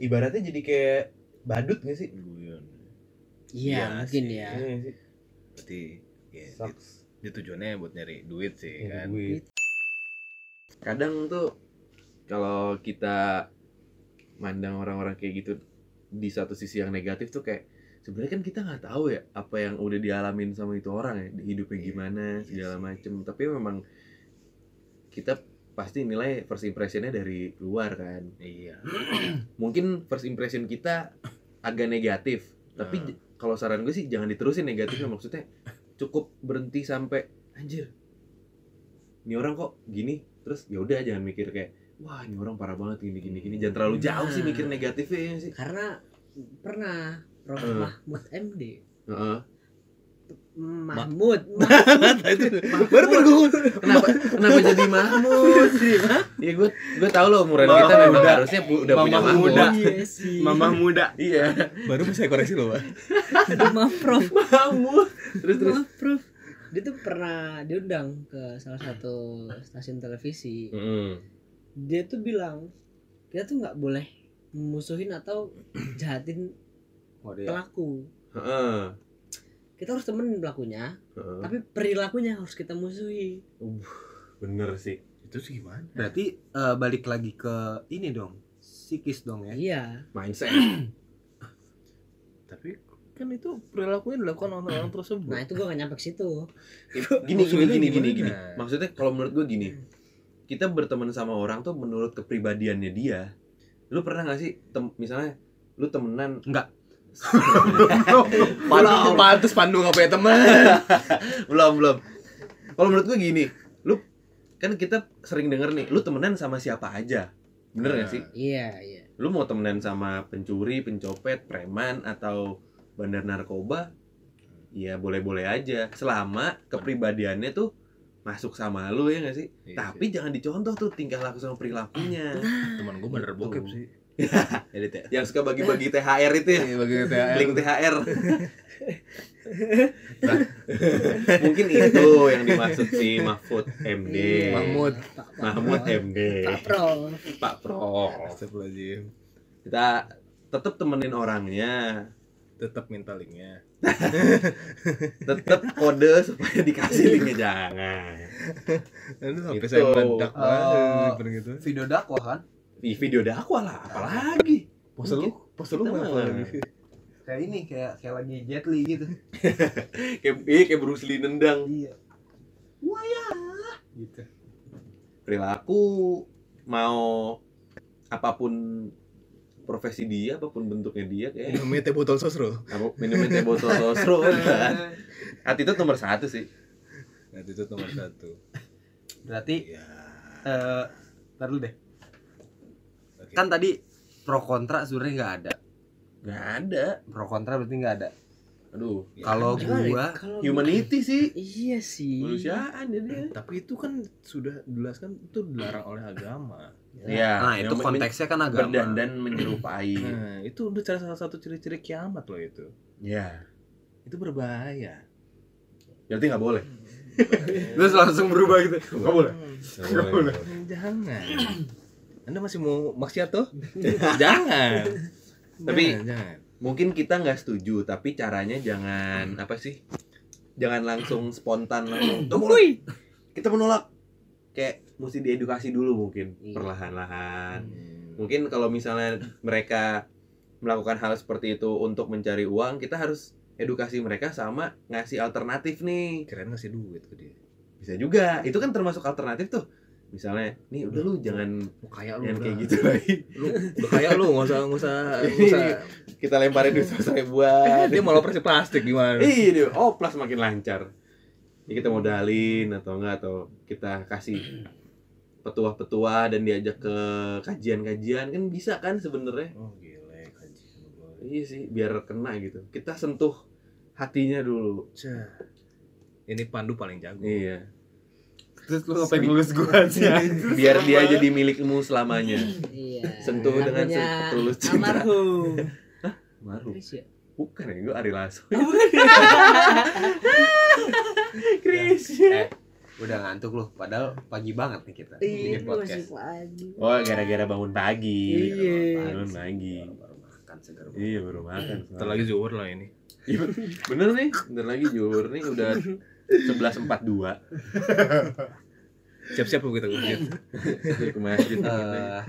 S9: Ibaratnya jadi kayak badut gak sih?
S4: Guyon Iya
S5: iya mungkin
S4: sih.
S5: ya
S9: Iya nggak sih?
S4: Berarti ya, itu,
S9: Sucks.
S4: itu tujuannya buat nyari duit sih
S9: Ini
S4: kan
S9: duit.
S2: kadang tuh kalau kita mandang orang-orang kayak gitu di satu sisi yang negatif tuh kayak sebenarnya kan kita nggak tahu ya apa yang udah dialamin sama itu orang ya hidupnya
S4: Iya,
S2: gimana
S4: iya
S2: segala
S4: sih.
S2: macem tapi memang kita pasti nilai first impressionnya dari luar kan
S4: Iya *laughs*
S2: mungkin first impression kita agak negatif tapi
S4: Hmm.
S2: j- kalau saran gue sih jangan diterusin negatifnya maksudnya cukup berhenti sampai anjir ini orang kok gini terus ya udah jangan mikir kayak wah ini orang parah banget gini gini gini jangan terlalu jauh sih mikir negatifnya ya sih
S5: karena pernah Prof
S2: Eh.
S5: Mahmud MD
S2: Heeh. *laughs*
S5: Mahmud Mahmud
S2: baru baru gue kenapa kenapa jadi Mahmud ya gue gue tau loh umuran
S1: Mama
S2: kita memang
S1: muda.
S2: harusnya pu- udah
S1: Mama
S2: punya Mahmud
S1: muda.
S5: iya sih
S1: Mama muda.
S2: iya
S4: Baru bisa koreksi loh Pak
S5: Aduh, maaf Prof
S2: Mahmud terus terus
S5: maaf Prof dia tuh pernah diundang ke salah satu stasiun televisi dia tuh bilang kita tuh nggak boleh musuhin atau jahatin
S3: Oh,
S5: pelaku
S2: Heeh.
S5: kita harus temenin pelakunya
S2: Heeh.
S5: tapi perilakunya harus kita musuhi
S9: Bener sih.
S4: Itu sih gimana?
S1: Berarti eh, balik lagi ke ini dong. Psikis dong ya.
S5: iya
S2: mindset
S4: Tapi kan itu perilakunya dilakukan oleh orang tersebut
S5: nah itu gua gak nyampe ke situ
S2: gini gini
S4: Maksudnya
S2: gini gini gini
S4: gimana? Nah.
S2: maksudnya kalau menurut gue gini kita berteman sama orang tuh menurut kepribadiannya dia lu pernah gak sih tem- misalnya lu temenan *laughs*
S1: Enggak.
S4: Pandu, pantes Pandu gak punya teman
S2: belum belum kalau menurut gue gini lu kan kita sering denger nih lu temenan sama siapa aja bener gak sih
S5: iya iya
S2: lu mau temenan sama pencuri pencopet preman atau bandar narkoba ya boleh-boleh aja selama kepribadiannya tuh masuk sama lu ya gak sih
S4: Iya
S2: tapi jangan dicontoh tuh tingkah laku sama perilakunya
S4: sih. teman gue bener
S2: Gitu.
S4: bokep sih
S2: Jadi teh- yang suka bagi-bagi THR itu ya.
S4: Iya, bagi THR.
S2: Link THR. Nah, *laughs* mungkin itu yang dimaksud si Mahfud MD.
S5: Iya.
S4: Mahmud.
S5: Pak- Pak
S2: Mahmud
S5: Prof.
S2: MD.
S5: Pak Prof
S2: Iya. Pak Pro.
S4: Astagfirullahaladzim
S2: Kita tetap temenin orangnya,
S4: Tetap minta linknya
S2: tetap kode supaya dikasih linknya jangan.
S4: Aduh,
S2: Gitu.
S4: Nah, sampai saya meledak
S1: Oh.
S4: banget bener gitu
S1: Video dakwah kan?
S2: Di video dakwah lah, apalagi.
S4: Pose lu, pose lu
S2: Kita
S4: mana?
S2: mah- *laughs*
S1: Kayak ini kayak kayak lagi Jet Li gitu.
S2: Kayak iya, kayak Bruce Lee nendang.
S1: Iya. Wah ya. Gitu.
S2: Perilaku mau apapun profesi dia, apapun bentuknya dia kayak
S4: Minumnya teh botol sos bro
S2: Apa, minumin teh *laughs* botol sosro kan Attitude nomor satu sih
S4: Nah itu nomor satu
S1: Berarti
S4: Iya
S1: eh ntar dulu deh.
S4: Oke.
S1: Kan tadi pro kontra sebenarnya nggak ada.
S2: Gak ada
S1: Pro kontra berarti nggak ada.
S2: Aduh
S4: Ya,
S1: Kalau
S5: Gimana ya?
S1: gua
S5: Kalau
S2: Humanity sih
S5: iya sih
S2: Manusiaan jadi
S4: Tapi itu kan sudah dijelaskan itu dilarang oleh agama.
S2: Iya
S1: Nah, itu
S2: yang men-
S1: konteksnya kan agama.
S2: Berdandan menyerupai
S4: Nah, itu udah cara salah satu ciri-ciri kiamat loh itu.
S2: Iya
S4: Itu berbahaya.
S2: Berarti gak boleh
S1: Terus langsung berubah gitu. Enggak boleh. Nggak boleh.
S4: Hmm, Jangan. *laughs* Anda masih mau maksiat tuh? jangan.
S2: Tapi-
S4: Jangan, jangan.
S2: Mungkin kita nggak setuju Tapi caranya jangan Apa sih Jangan langsung spontan langsung, "Nggak boleh." Kita menolak Kayak mesti diedukasi dulu mungkin
S5: Iya.
S2: Perlahan-lahan
S4: Hmm.
S2: mungkin kalau misalnya mereka melakukan hal seperti itu untuk mencari uang kita harus edukasi mereka sama ngasih alternatif nih
S4: keren ngasih duit ke dia
S2: bisa juga itu kan termasuk alternatif tuh misalnya nih udah lu jangan
S4: lu kaya lu
S2: jangan
S4: udah.
S2: kayak gitu lagi *laughs*
S4: lu udah kaya lu nggak usah nggak usah nggak usah
S2: kita lemparin duit sama ribuan
S4: dia malah operasi plastik gimana
S2: Iya, oh plus makin lancar. Jadi kita modalin atau enggak atau kita kasih petua-petua dan diajak ke kajian-kajian kan bisa kan sebenarnya.
S4: oh gila kajian gua.
S2: Iya sih, biar kena gitu. Kita sentuh hatinya dulu.
S4: Cah. ini pandu paling jago
S2: Iya.
S1: Terus lu ngapain ngelus gua sih?
S2: Biar dia jadi milikmu *laughs* selamanya.
S5: Iya.
S2: Sentuh dengan
S5: Lagunya
S2: setulus cinta.
S5: *laughs* Almarhum.
S2: Maru.
S5: Chris ya?
S2: Bukan ya, gue Ari Lasso.
S5: Oh, *laughs* bukan.
S3: Udah ngantuk loh, padahal pagi banget nih kita
S5: Iya,
S3: bikin
S5: ini masih
S3: podcast.
S5: pagi.
S2: Oh, gara-gara bangun pagi.
S5: Iya.
S2: Bangun pagi.
S3: Baru makan segar.
S2: Iya, baru makan.
S4: Ntar lagi zuhur lah ini
S2: Iya, bener nih, bener lagi Johor nih udah 11.42
S4: siap-siap kita kemudian
S2: Jadi ke masjid
S3: Eh,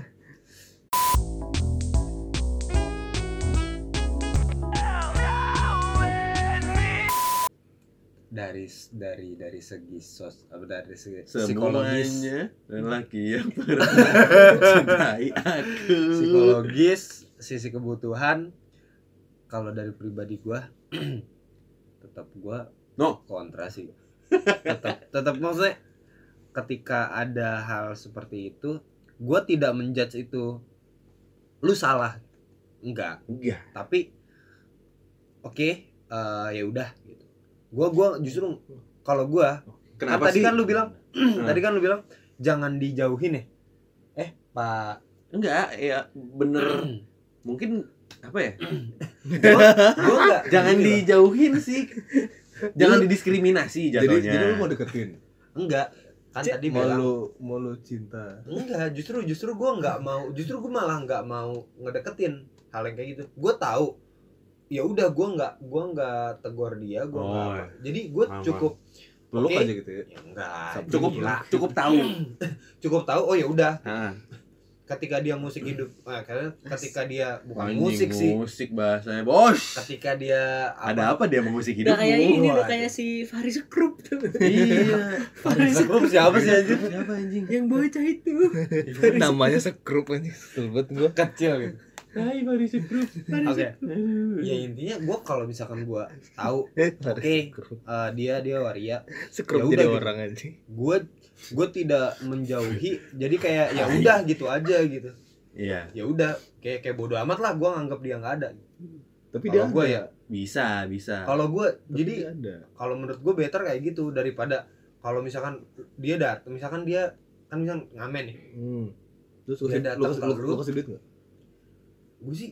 S3: dari dari dari segi sos apa, dari segi psikologis
S2: Semuanya lelaki *laughs* yang pernah mencintai aku
S3: psikologis sisi kebutuhan kalau dari pribadi gua *clears throat* tetap gua
S2: No.
S3: kontra sih tetap tetap maksudnya ketika ada hal seperti itu gua tidak menjudge itu lu salah enggak
S2: Enggak
S3: tapi oke eh, ya udah gitu gua gua justru kalau gua *clears throat*
S2: Kenapa
S3: Kan tadi
S2: sih?
S3: kan lu bilang, tadi kan lu bilang jangan dijauhin ya eh pak *clears throat*
S2: Enggak, ya bener Mungkin apa ya?
S3: gua enggak
S2: Jangan
S3: gini loh.
S2: dijauhin sih Jangan didiskriminasi
S9: jadi
S2: jatuhnya
S9: jadi lu mau deketin
S3: enggak kan tadi
S9: mau
S3: bilang
S9: lu mau lu cinta
S3: enggak justru justru gue nggak mau justru gue malah nggak mau ngedeketin hal yang kayak gitu gue tahu ya udah gue nggak gua nggak tegur dia gue
S2: Oh,
S3: nggak apa. jadi gue
S2: Paham,
S3: cukup
S9: peluk
S3: Oke.
S9: aja gitu ya
S3: ya enggak
S2: Cukup,
S3: gila.
S2: cukup tahu
S3: *clears throat* cukup tahu oh ya udah
S2: Nah,
S3: ketika dia musik hidup eh, karena ketika dia bukan
S2: anjing,
S3: musik sih
S2: Musik bahasanya, bos
S3: ketika dia
S2: Ada apa dia mau musik
S5: Udah
S2: hidupmu?
S5: kayak ini, udah
S3: Waduh.
S5: kayak si Faris Krup tuh.
S2: Iya
S5: Faris
S3: *laughs* Gua siapa sih anjir
S2: Siapa anjing?
S5: yang bocah itu.
S4: *laughs* namanya sekrup aja selbet gua
S3: kecil gitu
S2: Hai Faris Group.
S5: Faris
S3: Oke.
S5: Krup.
S3: ya intinya gue kalau misalkan gue tahu oke eh, dia dia waria
S4: sekrup
S3: Ya
S4: jadi
S3: udah gitu.
S4: orang aja
S3: gue gue tidak menjauhi jadi kayak ya udah gitu aja gitu
S2: Iya,
S3: ya udah kayak kayak bodoh amat lah gue nganggap dia nggak ada
S4: tapi dia
S3: kalau gue ya
S2: bisa, bisa.
S3: kalau gue jadi
S4: jadi ada
S3: kalau menurut gue better kayak gitu daripada kalau misalkan dia datang misalkan dia kan misalkan ngamen nih
S4: Hmm. Terus
S3: Dia
S4: kasih, lu,
S3: datang
S4: kasih,
S3: ke
S4: lu, lu
S3: grup.
S4: kasih duit gak?
S3: gue sih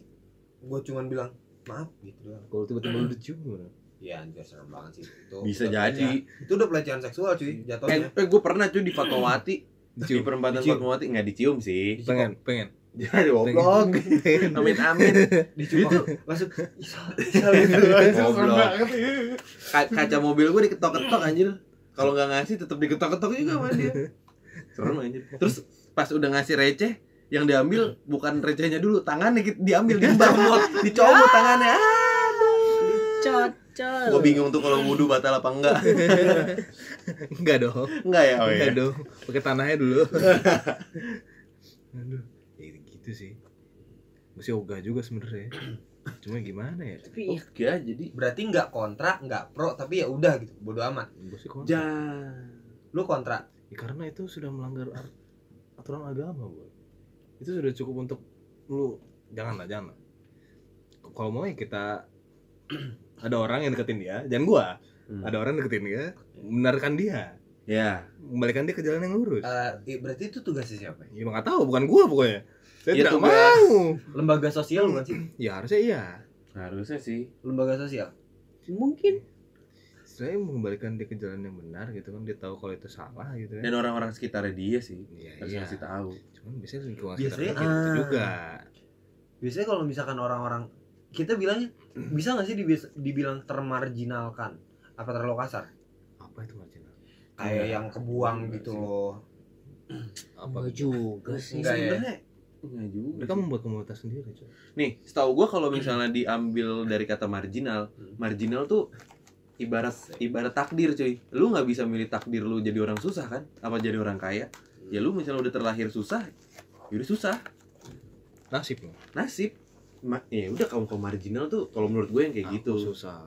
S3: gue cuman bilang maaf gitu doang
S4: Kalau tiba-tiba lu dicium gimana?
S3: ya anjir serem banget sih itu
S2: bisa
S3: udah
S2: jadi.
S3: pelecehan. itu udah pelecehan seksual cuy
S2: Eh,
S3: jatuhnya
S2: eh gue pernah cuy di Fatmawati, di
S4: Dicium.
S2: perempatan
S3: Dicium.
S2: Fatmawati nggak dicium
S3: Eh,
S2: sih.
S4: Pengen, pengen.
S2: Jadi goblok. Amit amit.
S3: dicukup langsung
S2: Goblok. Ka- Kaca mobil gue diketok-ketok anjir. Kalau nggak ngasih tetap diketok-ketok juga sama dia. Serem anjir. Terus pas udah ngasih receh, yang diambil bukan recehnya dulu, tangannya ki- diambil *laughs* dicomot, dicomot tangannya.
S5: Cocol.
S2: Gue bingung tuh kalau wudhu batal apa *laughs* enggak.
S4: Enggak dong.
S2: Enggak ya, oh
S4: Enggak
S2: ya.
S4: dong. Pakai tanahnya dulu. Aduh. Ya gitu sih. Masih ogah juga sebenarnya. Cuma gimana ya?
S5: Tapi ya,
S2: Oke, jadi
S3: berarti nggak kontra nggak pro tapi ya udah gitu bodoh amat
S4: Gue sih kontra.
S2: ja.
S3: lu kontra
S4: Ya, karena itu sudah melanggar ar- aturan agama, Boy. Itu sudah cukup untuk lu jangan lah, jangan. lah. Kalau mau ya kita *clears throat* ada orang yang deketin dia, jangan gua.
S2: Hmm.
S4: Ada orang deketin dia, benarkan dia,
S2: Ya.
S4: kembalikan dia ke jalan yang lurus.
S3: Eh, i- berarti itu tugasnya siapa? ya?
S4: Ya emang nggak tahu, bukan gua pokoknya. Saya
S2: Ya,
S4: tidak
S2: tugas.
S4: mau.
S3: Lembaga sosial bukan sih?
S4: Ya harusnya iya.
S2: Harusnya sih.
S3: Lembaga sosial.
S5: mungkin
S4: Saya mengembalikan dia ke jalan yang benar gitu kan, dia tahu kalau itu salah gitu kan.
S2: Dan orang-orang sekitarnya dia sih
S4: Iya,
S2: harus
S4: iya.
S2: ngasih tahu.
S4: Cuman biasanya lingkungan
S3: Biasanya,
S4: sekitarnya kayak gitu
S3: ah.
S4: juga.
S3: Biasanya kalau misalkan orang-orang kita bilangnya bisa nggak sih dibis- dibilang termarginalkan? Apa terlalu kasar?
S4: Apa itu marginal?
S3: Kayak
S4: Iya.
S3: yang kebuang
S4: Iya
S3: gitu
S4: sih.
S3: loh.
S4: Apa? gitu?
S5: juga sih.
S3: Enggak ya.
S2: Iya. Sebenarnya Enggak juga.
S4: Mereka membuat komunitas sendiri, coy.
S2: Nih, setahu gua kalau misalnya diambil dari kata marginal, marginal tuh ibarat ibarat takdir cuy. Lu nggak bisa milih takdir lu jadi orang susah kan? Apa jadi orang kaya? Ya lu misalnya udah terlahir susah, yaudah susah,
S4: Nasib loh.
S2: nasib. Ma ya udah kaum kaum marginal tuh kalau menurut gue yang kayak gitu.
S4: Aku susah.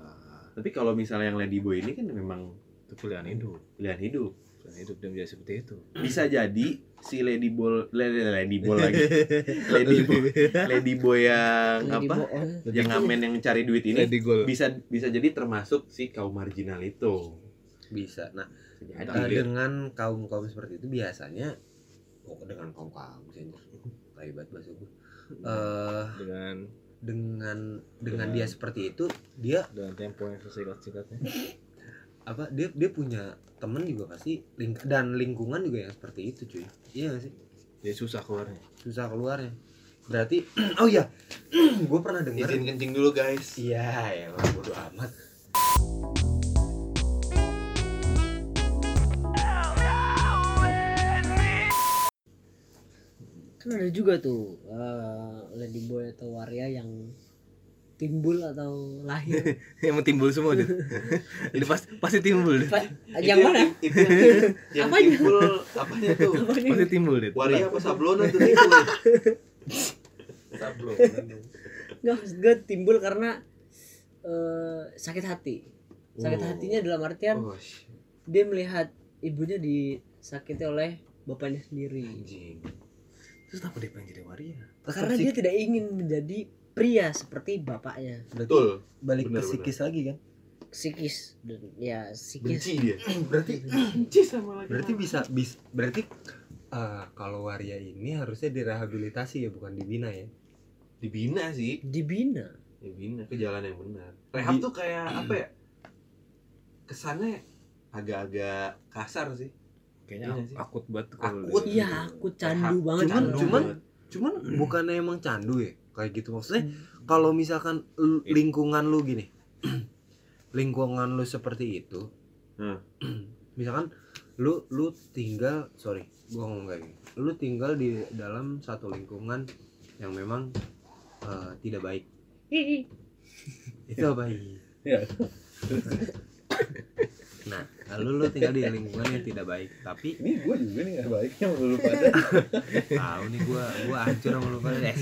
S2: Tapi kalau misalnya yang lady boy ini kan memang
S4: Itu pilihan hidup.
S2: pilihan hidup.
S4: Pilihan hidup dan biasa seperti itu.
S2: Bisa jadi si lady ball, lady, lady ball lagi, lady boy, lady boy yang
S5: Lady eh,
S2: apa?
S5: Boon.
S4: *laughs*
S2: Yang ngamen yang cari duit ini
S4: Lady Gold.
S2: bisa bisa jadi termasuk si kaum marginal itu
S3: bisa nah
S2: jadi
S3: eh, dengan kaum kaum seperti itu biasanya oh, dengan kaum kaum sih anjir. Tai banget bahasa gue Eh,
S4: Dengan
S3: dengan dengan
S4: Dengan-
S3: dia seperti itu dia
S4: dengan tempo yang sesingkat-singkatnya.
S3: apa dia dia punya temen juga pasti ling- dan lingkungan juga yang seperti itu cuy iya gak sih
S4: Jadi susah keluarnya. *laughs*
S3: susah keluarnya berarti *clears throat* oh iya gue pernah dengar
S2: izin kencing dulu guys
S3: Iya, ya bodo amat.
S5: kan ada juga tuh eh, lady boy atau waria yang timbul atau lahir
S4: Emang timbul semua tuh. Jadi pas, pasti timbul. deh.
S5: Pa- yang mana
S2: itu yang, *laughs* yang
S5: Apanya?
S2: timbul apanya tuh
S4: Pasti timbul deh.
S2: waria apa sablona tuh timbul
S5: nggak maksud gue timbul karena eh, sakit hati sakit hatinya dalam artian
S2: oh, sh-
S5: dia melihat ibunya disakiti oleh bapaknya sendiri
S2: anjing
S4: Terus kenapa dia pengen jadi waria?
S5: karena dia tidak ingin menjadi pria seperti bapaknya
S2: betul
S3: Balik
S2: Bener,
S3: ke
S2: bener.
S3: psikis lagi kan?
S5: psikis dan ya psikis
S2: benci dia
S3: Berarti
S2: benci sama lagi
S3: berarti bisa bis, berarti eh, kalau waria ini harusnya direhabilitasi ya bukan dibina ya.
S2: dibina sih
S5: dibina
S2: dibina ke jalan yang benar rehab tuh kayak apa ya kesannya agak-agak kasar sih
S4: Kayaknya
S2: Iya
S4: ak-
S2: sih.
S4: akut banget
S2: Akut.
S4: dia-
S5: iya aku candu banget
S3: Cuman
S5: kalau-
S3: cuman cuman bukannya emang candu ya kayak gitu maksudnya kalau misalkan l-
S4: Iya.
S3: lingkungan lu gini. *clears throat* lingkungan lu seperti itu.
S2: Hmm.
S3: *clears throat* misalkan lu lu tinggal sorry gua ngomong kayak gini. Lu tinggal di dalam satu lingkungan yang memang eh, tidak baik. itu apa ini?
S9: Ya.
S3: *laughs* nah lalu lu tinggal di lingkungan yang tidak baik tapi
S9: Ini gue juga nih gak baiknya sama lu pada.
S3: tahu nih gua gua hancur sama lu pada deh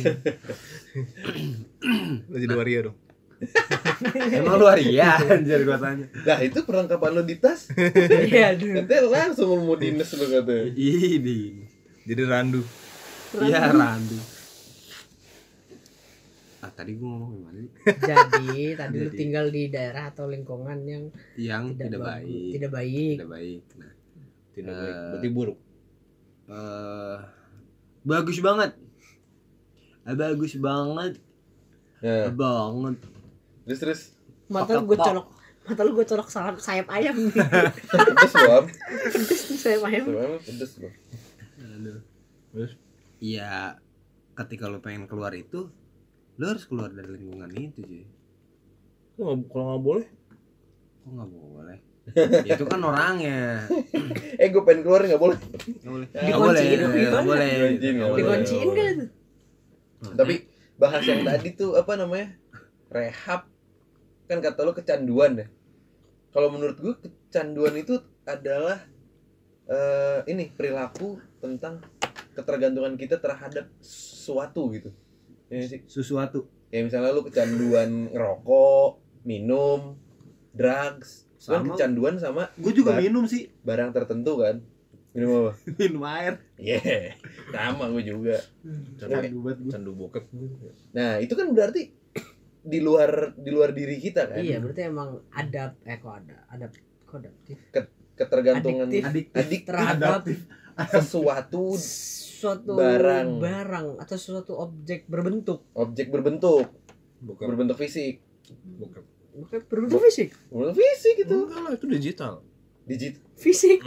S4: Lu jadi
S5: Nah.
S4: waria dong.
S3: emang lu waria anjir gua tanya
S9: Nah itu perlengkapan lu di tas.
S2: *laughs*
S5: iya aduh
S9: Katanya langsung mau dinas lu katanya.
S3: ini
S4: Jadi randu.
S3: iya Randu ah tadi gua ngomong gimana sih?
S5: jadi tadi lu
S3: Jadi.
S5: tinggal di daerah atau lingkungan yang
S3: yang
S5: tidak,
S3: tidak,
S5: bagus-
S3: baik
S5: tidak baik
S3: tidak baik nah
S4: Tidak
S3: Eh.
S4: baik. Berarti buruk.
S3: eh, bagus banget Eh, bagus banget
S4: Ya.
S3: Eh,
S9: Nah,
S3: banget
S9: terus terus
S5: mata lu gue colok mata lu gue colok sayap sayap
S9: *laughs*
S5: ayam
S9: pedes lu am.
S5: Pedes tuh sayap ayam
S9: Sama lu pedes lu.
S3: Aduh.
S4: Terus?
S3: Ya ketika lo pengen keluar itu lo harus keluar dari lingkungan itu cuy.
S4: Lu nggak- Kalau nggak boleh,
S3: Kok nggak boleh? Ya, itu kan
S5: *laughs*
S3: orangnya.
S9: Eh gue pengen keluar nggak boleh.
S3: Nggak boleh.
S9: Nggak
S3: Nggak boleh. Nggak boleh.
S5: Dikunciin apa gimana?
S9: Dikunci, Iya, nggak boleh.
S5: dikunciin kan
S9: Tapi bahas yang tadi tuh apa namanya rehab kan kata lu kecanduan ya. Kalau menurut gue kecanduan itu adalah eh, ini perilaku tentang ketergantungan kita terhadap sesuatu gitu. Ini sih
S3: sesuatu
S9: kayak misalnya lu kecanduan ngerokok, minum, drugs, Lu kan
S3: Sama.
S9: kecanduan sama
S2: gue juga
S9: Ba-
S2: minum sih
S9: barang tertentu kan. Minum apa?
S2: minum air
S9: Yeah. Sama gue juga.
S4: candu buat Candu bokep.
S9: Nah, itu kan berarti di luar di luar diri kita kan.
S5: iya berarti emang adab eh kok ada adab kok adaptif
S9: Ketergantungan
S5: Adiktif.
S9: adik,
S5: terhadap
S9: sesuatu
S5: suatu
S9: Barang.
S5: barang atau suatu objek berbentuk
S9: objek berbentuk,
S4: Bokep.
S9: berbentuk fisik.
S4: Bokep.
S5: bukan berbentuk fisik
S9: Berbentuk fisik itu.
S4: Enggak lah, itu digital. Kan
S9: Digit *laughs*
S5: fisik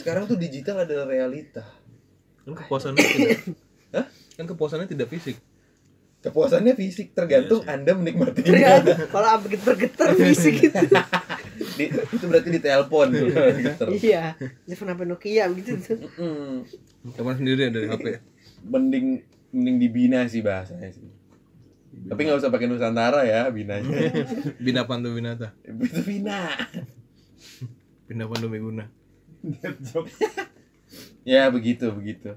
S9: sekarang tuh digital adalah realita.
S4: Kan kepuasannya
S5: *laughs*
S4: tidak.
S9: Hah?
S4: Kan kepuasannya tidak fisik.
S9: Kepuasannya fisik tergantung
S4: Iya sih.
S9: Anda menikmati. Iya. *laughs*
S5: Ternyata, kalau apa geter-geter fisik itu
S9: Di- itu berarti ditelepon gitu.
S5: iya telepon apa Nokia
S9: *laughs*
S5: gitu tuh
S9: Mm-mm.
S4: Teman sendiri dari HP.
S9: mending mending dibina sih bahasanya sih. Tapi nggak usah pakai Nusantara ya
S4: *laughs*
S9: binanya.
S4: Bina Pandu Binata.
S9: Itu bina.
S4: Bina Pandu Meguna.
S9: Ya begitu begitu.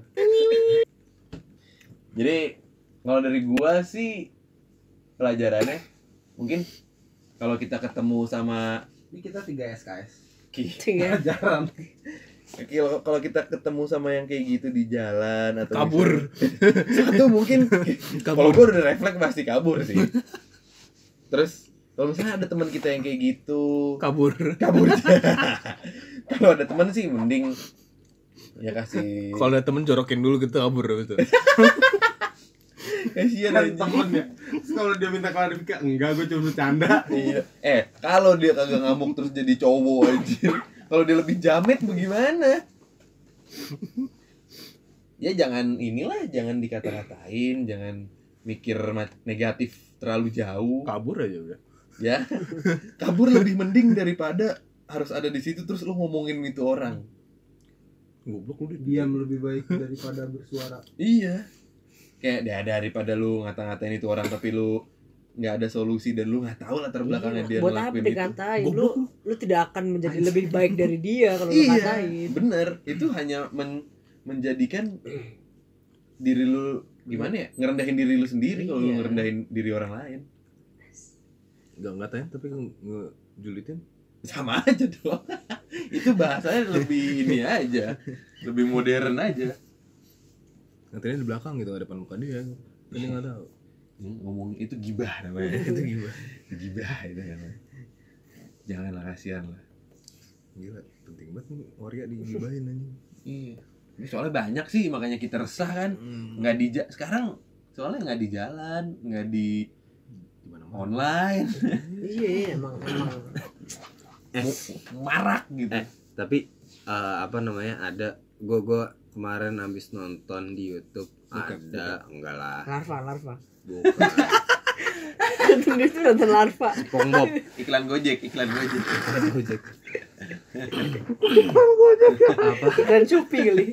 S9: Jadi kalau dari gua sih pelajarannya mungkin kalau kita ketemu sama
S3: Ini kita 3 SKS.
S9: ki-
S5: Tinggal
S3: Jarang.
S9: Iya, Kalau kalau kita ketemu sama yang kayak gitu di jalan atau
S4: Kabur.
S9: misalnya- satu
S4: *laughs*
S9: mungkin kalau gue udah refleks pasti kabur sih. Terus kalau misalnya ada teman kita yang kayak gitu
S4: Kabur. *laughs*
S9: kabur. kalau ada teman sih mending ya kasih
S4: Kalau ada temen jorokin dulu gitu kabur gitu.
S9: kasihan
S1: Kan
S9: aja.
S1: temen ya. Terus *laughs* kalau dia minta klarifikasi, enggak gue cuma bercanda.
S9: Iya. Eh, kalau dia kagak ngamuk terus jadi cowok anjir. Kalau dia lebih jamet bagaimana? Ya jangan inilah, jangan dikata-katain, jangan mikir ma- negatif terlalu jauh.
S4: Kabur aja udah.
S9: Ya. Kabur lebih mending daripada harus ada di situ terus lu ngomongin itu orang.
S4: Goblok lu dia.
S3: Diam lebih
S9: *laughs*
S3: baik daripada bersuara.
S9: Iya. Kayak ya, daripada lu ngata-ngatain itu orang tapi lu nggak ada solusi dan lu nggak tahu latar belakangnya dia
S5: Iya, buat apa kan?
S9: ngelakuin itu.
S5: dikatain lu lu tidak akan menjadi lebih baik dari dia kalau lu
S9: Iya.
S5: katain
S9: bener itu hanya men- menjadikan diri lu gimana ya ngerendahin diri lu sendiri kalau lu
S5: Iya.
S9: ngerendahin diri orang lain
S4: Enggak ngatain tapi ngejulitin.
S9: sama aja dong *laughs* itu bahasanya lebih ini aja lebih modern aja
S4: Ngatainnya di belakang gitu, nggak depan muka dia. Ini enggak tahu.
S9: ngomong itu gibah *laughs* namanya
S4: Itu gimana?
S9: gibah itu namanya janganlah kasihan lah
S4: Gila, penting banget nih Waria digibahin anjing.
S9: iya Ini soalnya banyak sih makanya kita resah kan
S4: Hmm.
S9: nggak di ja- sekarang soalnya nggak di jalan nggak di
S4: Gimana mau?
S9: online
S5: iya iya, emang emang
S9: marak gitu
S3: Tapi eh, apa namanya? Ada gua gua kemarin habis nonton di YouTube
S4: Bukan,
S3: ada enggak lah.
S5: larva larva
S3: Bukan.
S5: dia tuh nonton larva
S3: SpongeBob.
S9: iklan gojek iklan gojek
S3: Gojek.
S5: dan cupi kali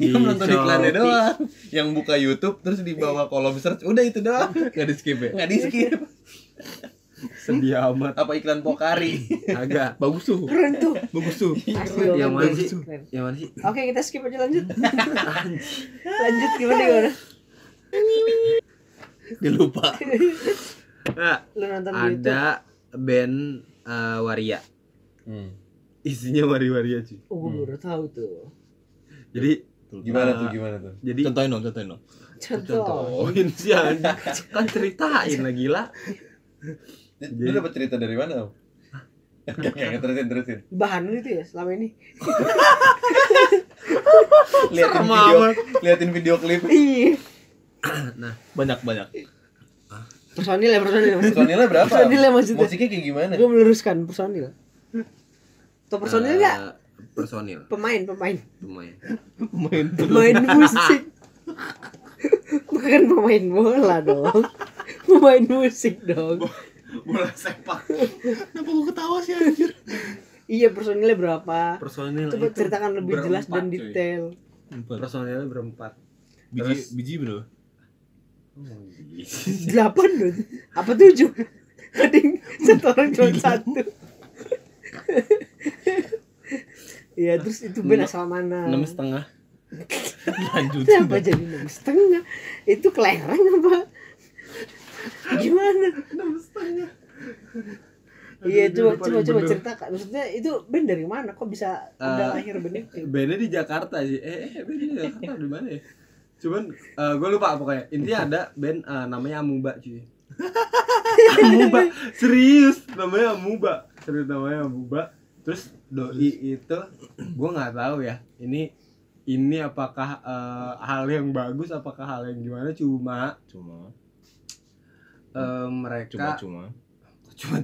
S9: Iya menonton
S3: Shopee.
S9: iklannya doang Yang buka Youtube terus di bawah kolom search Udah itu doang
S4: Enggak di skip ya?
S9: Nggak di skip
S1: Sedih amat.
S9: Apa iklan Pokari
S3: Agak.
S4: Bagus tuh.
S5: keren tuh
S4: Bagus tuh.
S5: Asli,
S3: Iya, Yang
S5: keren,
S3: mana
S5: bagus
S3: sih?
S5: tuh, keren.
S3: Yang Ya, mana sih?
S5: oke kita skip aja lanjut lanjut gimana gimana
S9: *laughs*
S4: Dilupa.
S3: Ah,
S5: lu nonton di YouTube
S3: ada band eh, Waria.
S9: Hmm.
S1: Isinya wari-wari aja.
S5: oh, gue baru tahu tuh
S1: Jadi
S9: Gimana tuh gimana tuh
S1: jadi
S4: Contohin dong, contohin dong.
S5: contoh
S1: Contohin sih anjing. Kan ceritain lah gila.
S9: Lu dapet cerita dari mana Om? Oke oke terusin terusin
S5: bahan lu itu ya selama ini
S9: Liatin
S1: Serem
S9: video
S1: amat.
S9: Liatin video klip
S5: iya
S3: Nah.
S4: Banyak-banyak.
S5: personil ya personil ya, maksudnya
S9: Personilnya berapa? Om?
S5: Personilnya maksudnya.
S9: Musiknya kayak gimana?
S5: gue meluruskan personil atau personil ya? nggak
S3: Eh, personil
S5: pemain pemain
S3: lumayan.
S5: pemain musik *laughs* bukan pemain bola dong pemain musik dong
S1: Bola
S5: *laughs*
S1: sepak.
S5: iya personilnya berapa
S1: Personil Nah,
S5: coba
S1: itu
S5: ceritakan lebih
S1: berempat,
S5: jelas dan
S1: cuy.
S5: detail
S4: Empat.
S1: Personilnya berempat.
S4: Biji biji berapa?
S5: delapan dong apa tujuh *laughs* ada yang satu orang cuma satu *laughs* Iya terus itu band asal mana?
S10: enam setengah
S4: Lanjut.
S5: Kenapa jadi enam setengah? Itu kelereng apa? Gimana? Enam setengah. Iya
S1: Aduh,
S5: coba
S1: ini
S5: coba
S1: paling
S5: coba
S1: bener.
S5: cerita Kak. maksudnya itu band dari mana kok bisa udah lahir band itu?
S3: *laughs*
S1: Bandnya di Jakarta sih. Eh, eh bandnya di Jakarta di mana ya? Cuman gue lupa pokoknya. Intinya ada band eh, namanya Amuba cuy. Amuba serius namanya Amuba. Serius namanya Amuba. Terus doi itu gue nggak tahu ya. Ini ini apakah eh, hal yang bagus apakah hal yang gimana cuma
S4: Cuma
S1: eh, mereka
S4: cuma-cuma.
S1: *laughs* cuma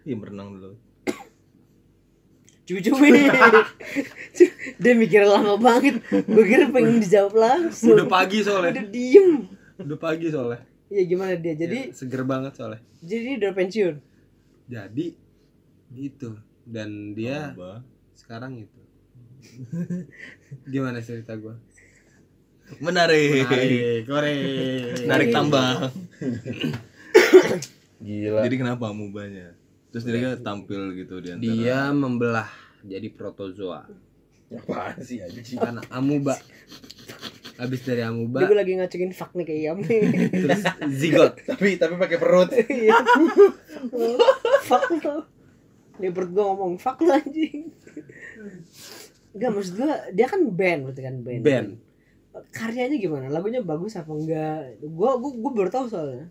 S4: Iya berenang dulu.
S5: Cucu ini. Dia mikir lama banget. Gue kira pengen dijawab langsung.
S1: udah pagi soalnya
S5: Udah diem.
S1: udah pagi soalnya
S5: Ya gimana dia?
S1: Ya,
S5: Jadi
S1: seger banget soalnya
S5: jadi udah pensiun.
S1: jadi gitu.
S3: itu dan
S4: Iya.
S3: dia sekarang itu gimana cerita gua
S4: menarik
S3: Menarik, korek.
S4: menarik tambah
S9: Gila.
S4: jadi kenapa mubahnya terus dia tampil gitu di antara
S3: Dia membelah jadi protozoa
S9: Apaan
S3: *laughs*
S9: sih anjing?
S3: karena amuba. Habis dari
S5: Ini
S3: amuba
S5: gue lagi ngacungin fak nih kayak Iam nih.
S3: terus zigot.
S9: tapi tapi pakai perut.
S5: Iya. Fuck lo. Dia perut gua ngomong fuck lo anjing. Enggak maksud gua dia kan band berarti kan band.
S3: Band.
S5: Karyanya gimana? Lagunya bagus apa enggak? Gua gua, gua baru tahu soalnya.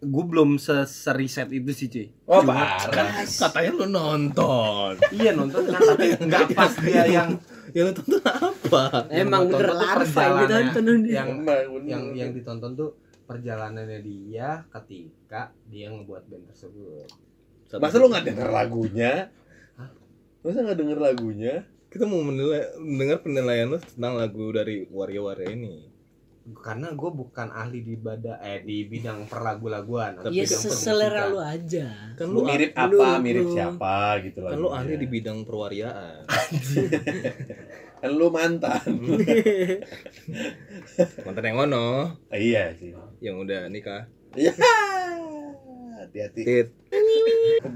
S3: Gue belum seseriset itu sih, cuy.
S9: Oh, parah.
S4: kan katanya lu nonton
S3: *laughs* Iya nonton kan tapi enggak pas dia yang
S4: ya lu tonton apa
S5: *laughs*
S1: Ya,
S5: Emang
S3: nonton
S5: bener
S3: tuh
S5: larva yang
S3: perjalanannya.
S5: ditonton dia.
S3: yang
S9: Bangun.
S3: yang yang ditonton tuh perjalanannya dia ketika dia ngebuat band tersebut.
S9: Masa lu nggak denger lagunya?
S3: Hah?
S9: Masa nggak denger lagunya?
S4: kita mau menilai mendengar penilaian lu tentang lagu dari Wario Wario ini
S3: Karena gue bukan ahli di bada eh di bidang perlagu-laguan. atau
S5: Ya
S3: bidang permusikan.
S5: seselera lu aja.
S4: kan
S9: Lu
S4: lu
S9: mirip
S5: lu-
S9: apa, mirip
S5: lu-
S9: siapa gitu
S4: kan
S9: lagunya.
S4: lu ahli di bidang perwariaan
S9: Kan lu mantan.
S4: mantan yang ono
S9: iya sih.
S4: yang udah nikah
S9: Iya. Hati-hati.
S4: tit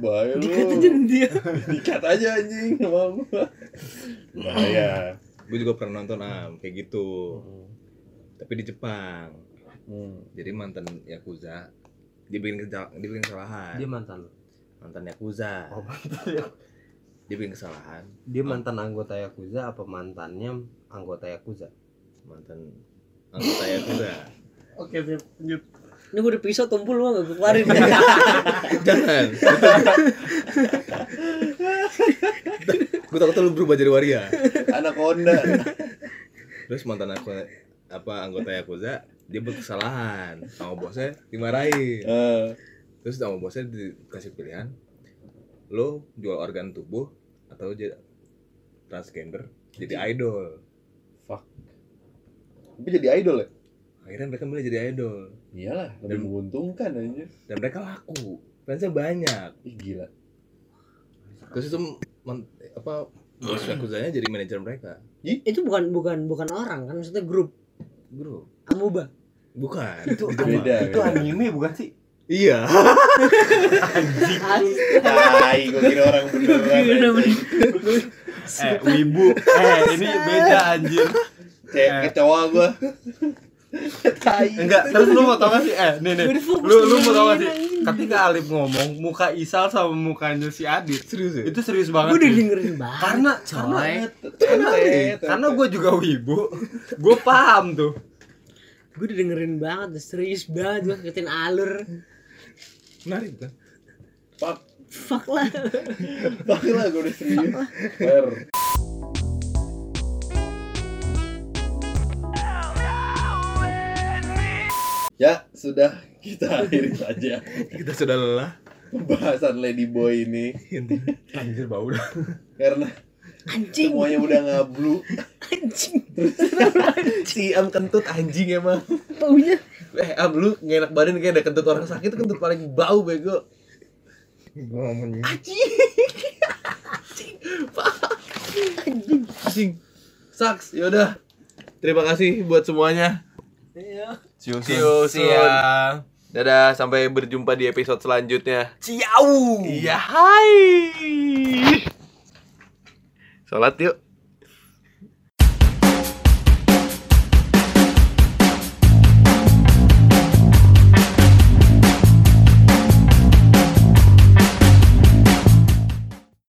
S9: Bahaya lu.
S5: Dikatain dia.
S9: Dikat aja anjing sama gua. Bahaya.
S4: gue juga pernah nonton am kayak gitu
S3: Hmm.
S4: tapi di Jepang
S9: Hmm.
S4: jadi mantan yakuza dia bikin keja- dia bikin kesalahan
S3: Dia mantan lu.
S4: mantan yakuza
S3: Oh,
S4: dia bikin kesalahan
S3: Dia
S5: Oh.
S3: mantan anggota Yakuza apa mantannya anggota Yakuza?
S4: mantan anggota yakuza
S1: Oke, sip. Lanjut.
S5: Ini gue udah pisau tumpul lu
S1: *laughs*
S5: enggak keluarin.
S3: *laughs*
S4: jangan gue takut lu berubah jadi waria
S9: Anak Honda.
S4: terus mantan aku apa anggota yakuza dia berkesalahan sama bosnya dimarahin
S9: Eh,
S4: terus sama bosnya dikasih pilihan lo jual organ tubuh atau jadi transgender jadi idol
S9: Tapi jadi idol ya?
S4: akhirnya mereka milih jadi idol
S9: Iyalah, lebih
S4: Dan-
S9: menguntungkan aja.
S4: dan mereka laku fansnya banyak
S9: Ih gila.
S4: terus itu men- apa bos yakuzanya jadi manajer mereka
S5: Itu bukan bukan bukan orang kan maksudnya grup
S4: bro
S5: amuba.
S4: bukan
S1: Itu
S4: Di Jepang.
S9: Beda.
S1: Itu anime bukan sih?
S4: iya *laughs*
S9: Tai, gua kira orang
S1: Iya,
S9: beneran.
S1: Eh, *laughs* wibu. Eh, ini beda anjir.
S9: Cek kecoa gua. Tai.
S5: Iya,
S1: Enggak, terus lu mau tau gak sih? Eh, nih nih. Lu lu mau tau gak sih? Ketika Alif ngomong, muka Isal sama mukanya si Adit.
S4: serius ya
S1: Itu serius
S5: Gue
S1: banget.
S5: udah
S1: nih.
S5: dengerin banget.
S1: karena karena
S5: coy.
S1: karena, karena gue juga wibu gue paham tuh
S5: gue udah dengerin banget serius banget gue ngikutin alur
S4: menarik kan
S9: Fuck,
S5: fuck lah
S9: fuck lah gua udah serius. Per. Ya, sudah kita akhiri saja
S4: kita sudah lelah
S9: pembahasan Ladyboy ini
S1: anjir bau dah
S9: karena
S5: anjing
S9: semuanya udah ngablu.
S5: anjing
S9: *laughs* Si Am kentut anjing emang.
S5: baunya
S9: Eh, Am lu ngenak badan kayak ada kentut orang sakit itu kentut paling bau bego.
S2: Asing. Saks, yaudah. Terima kasih buat semuanya.
S4: cium
S2: See you soon. Dadah, sampai berjumpa di episode selanjutnya. Ciao. Iya, hai. Salat yuk.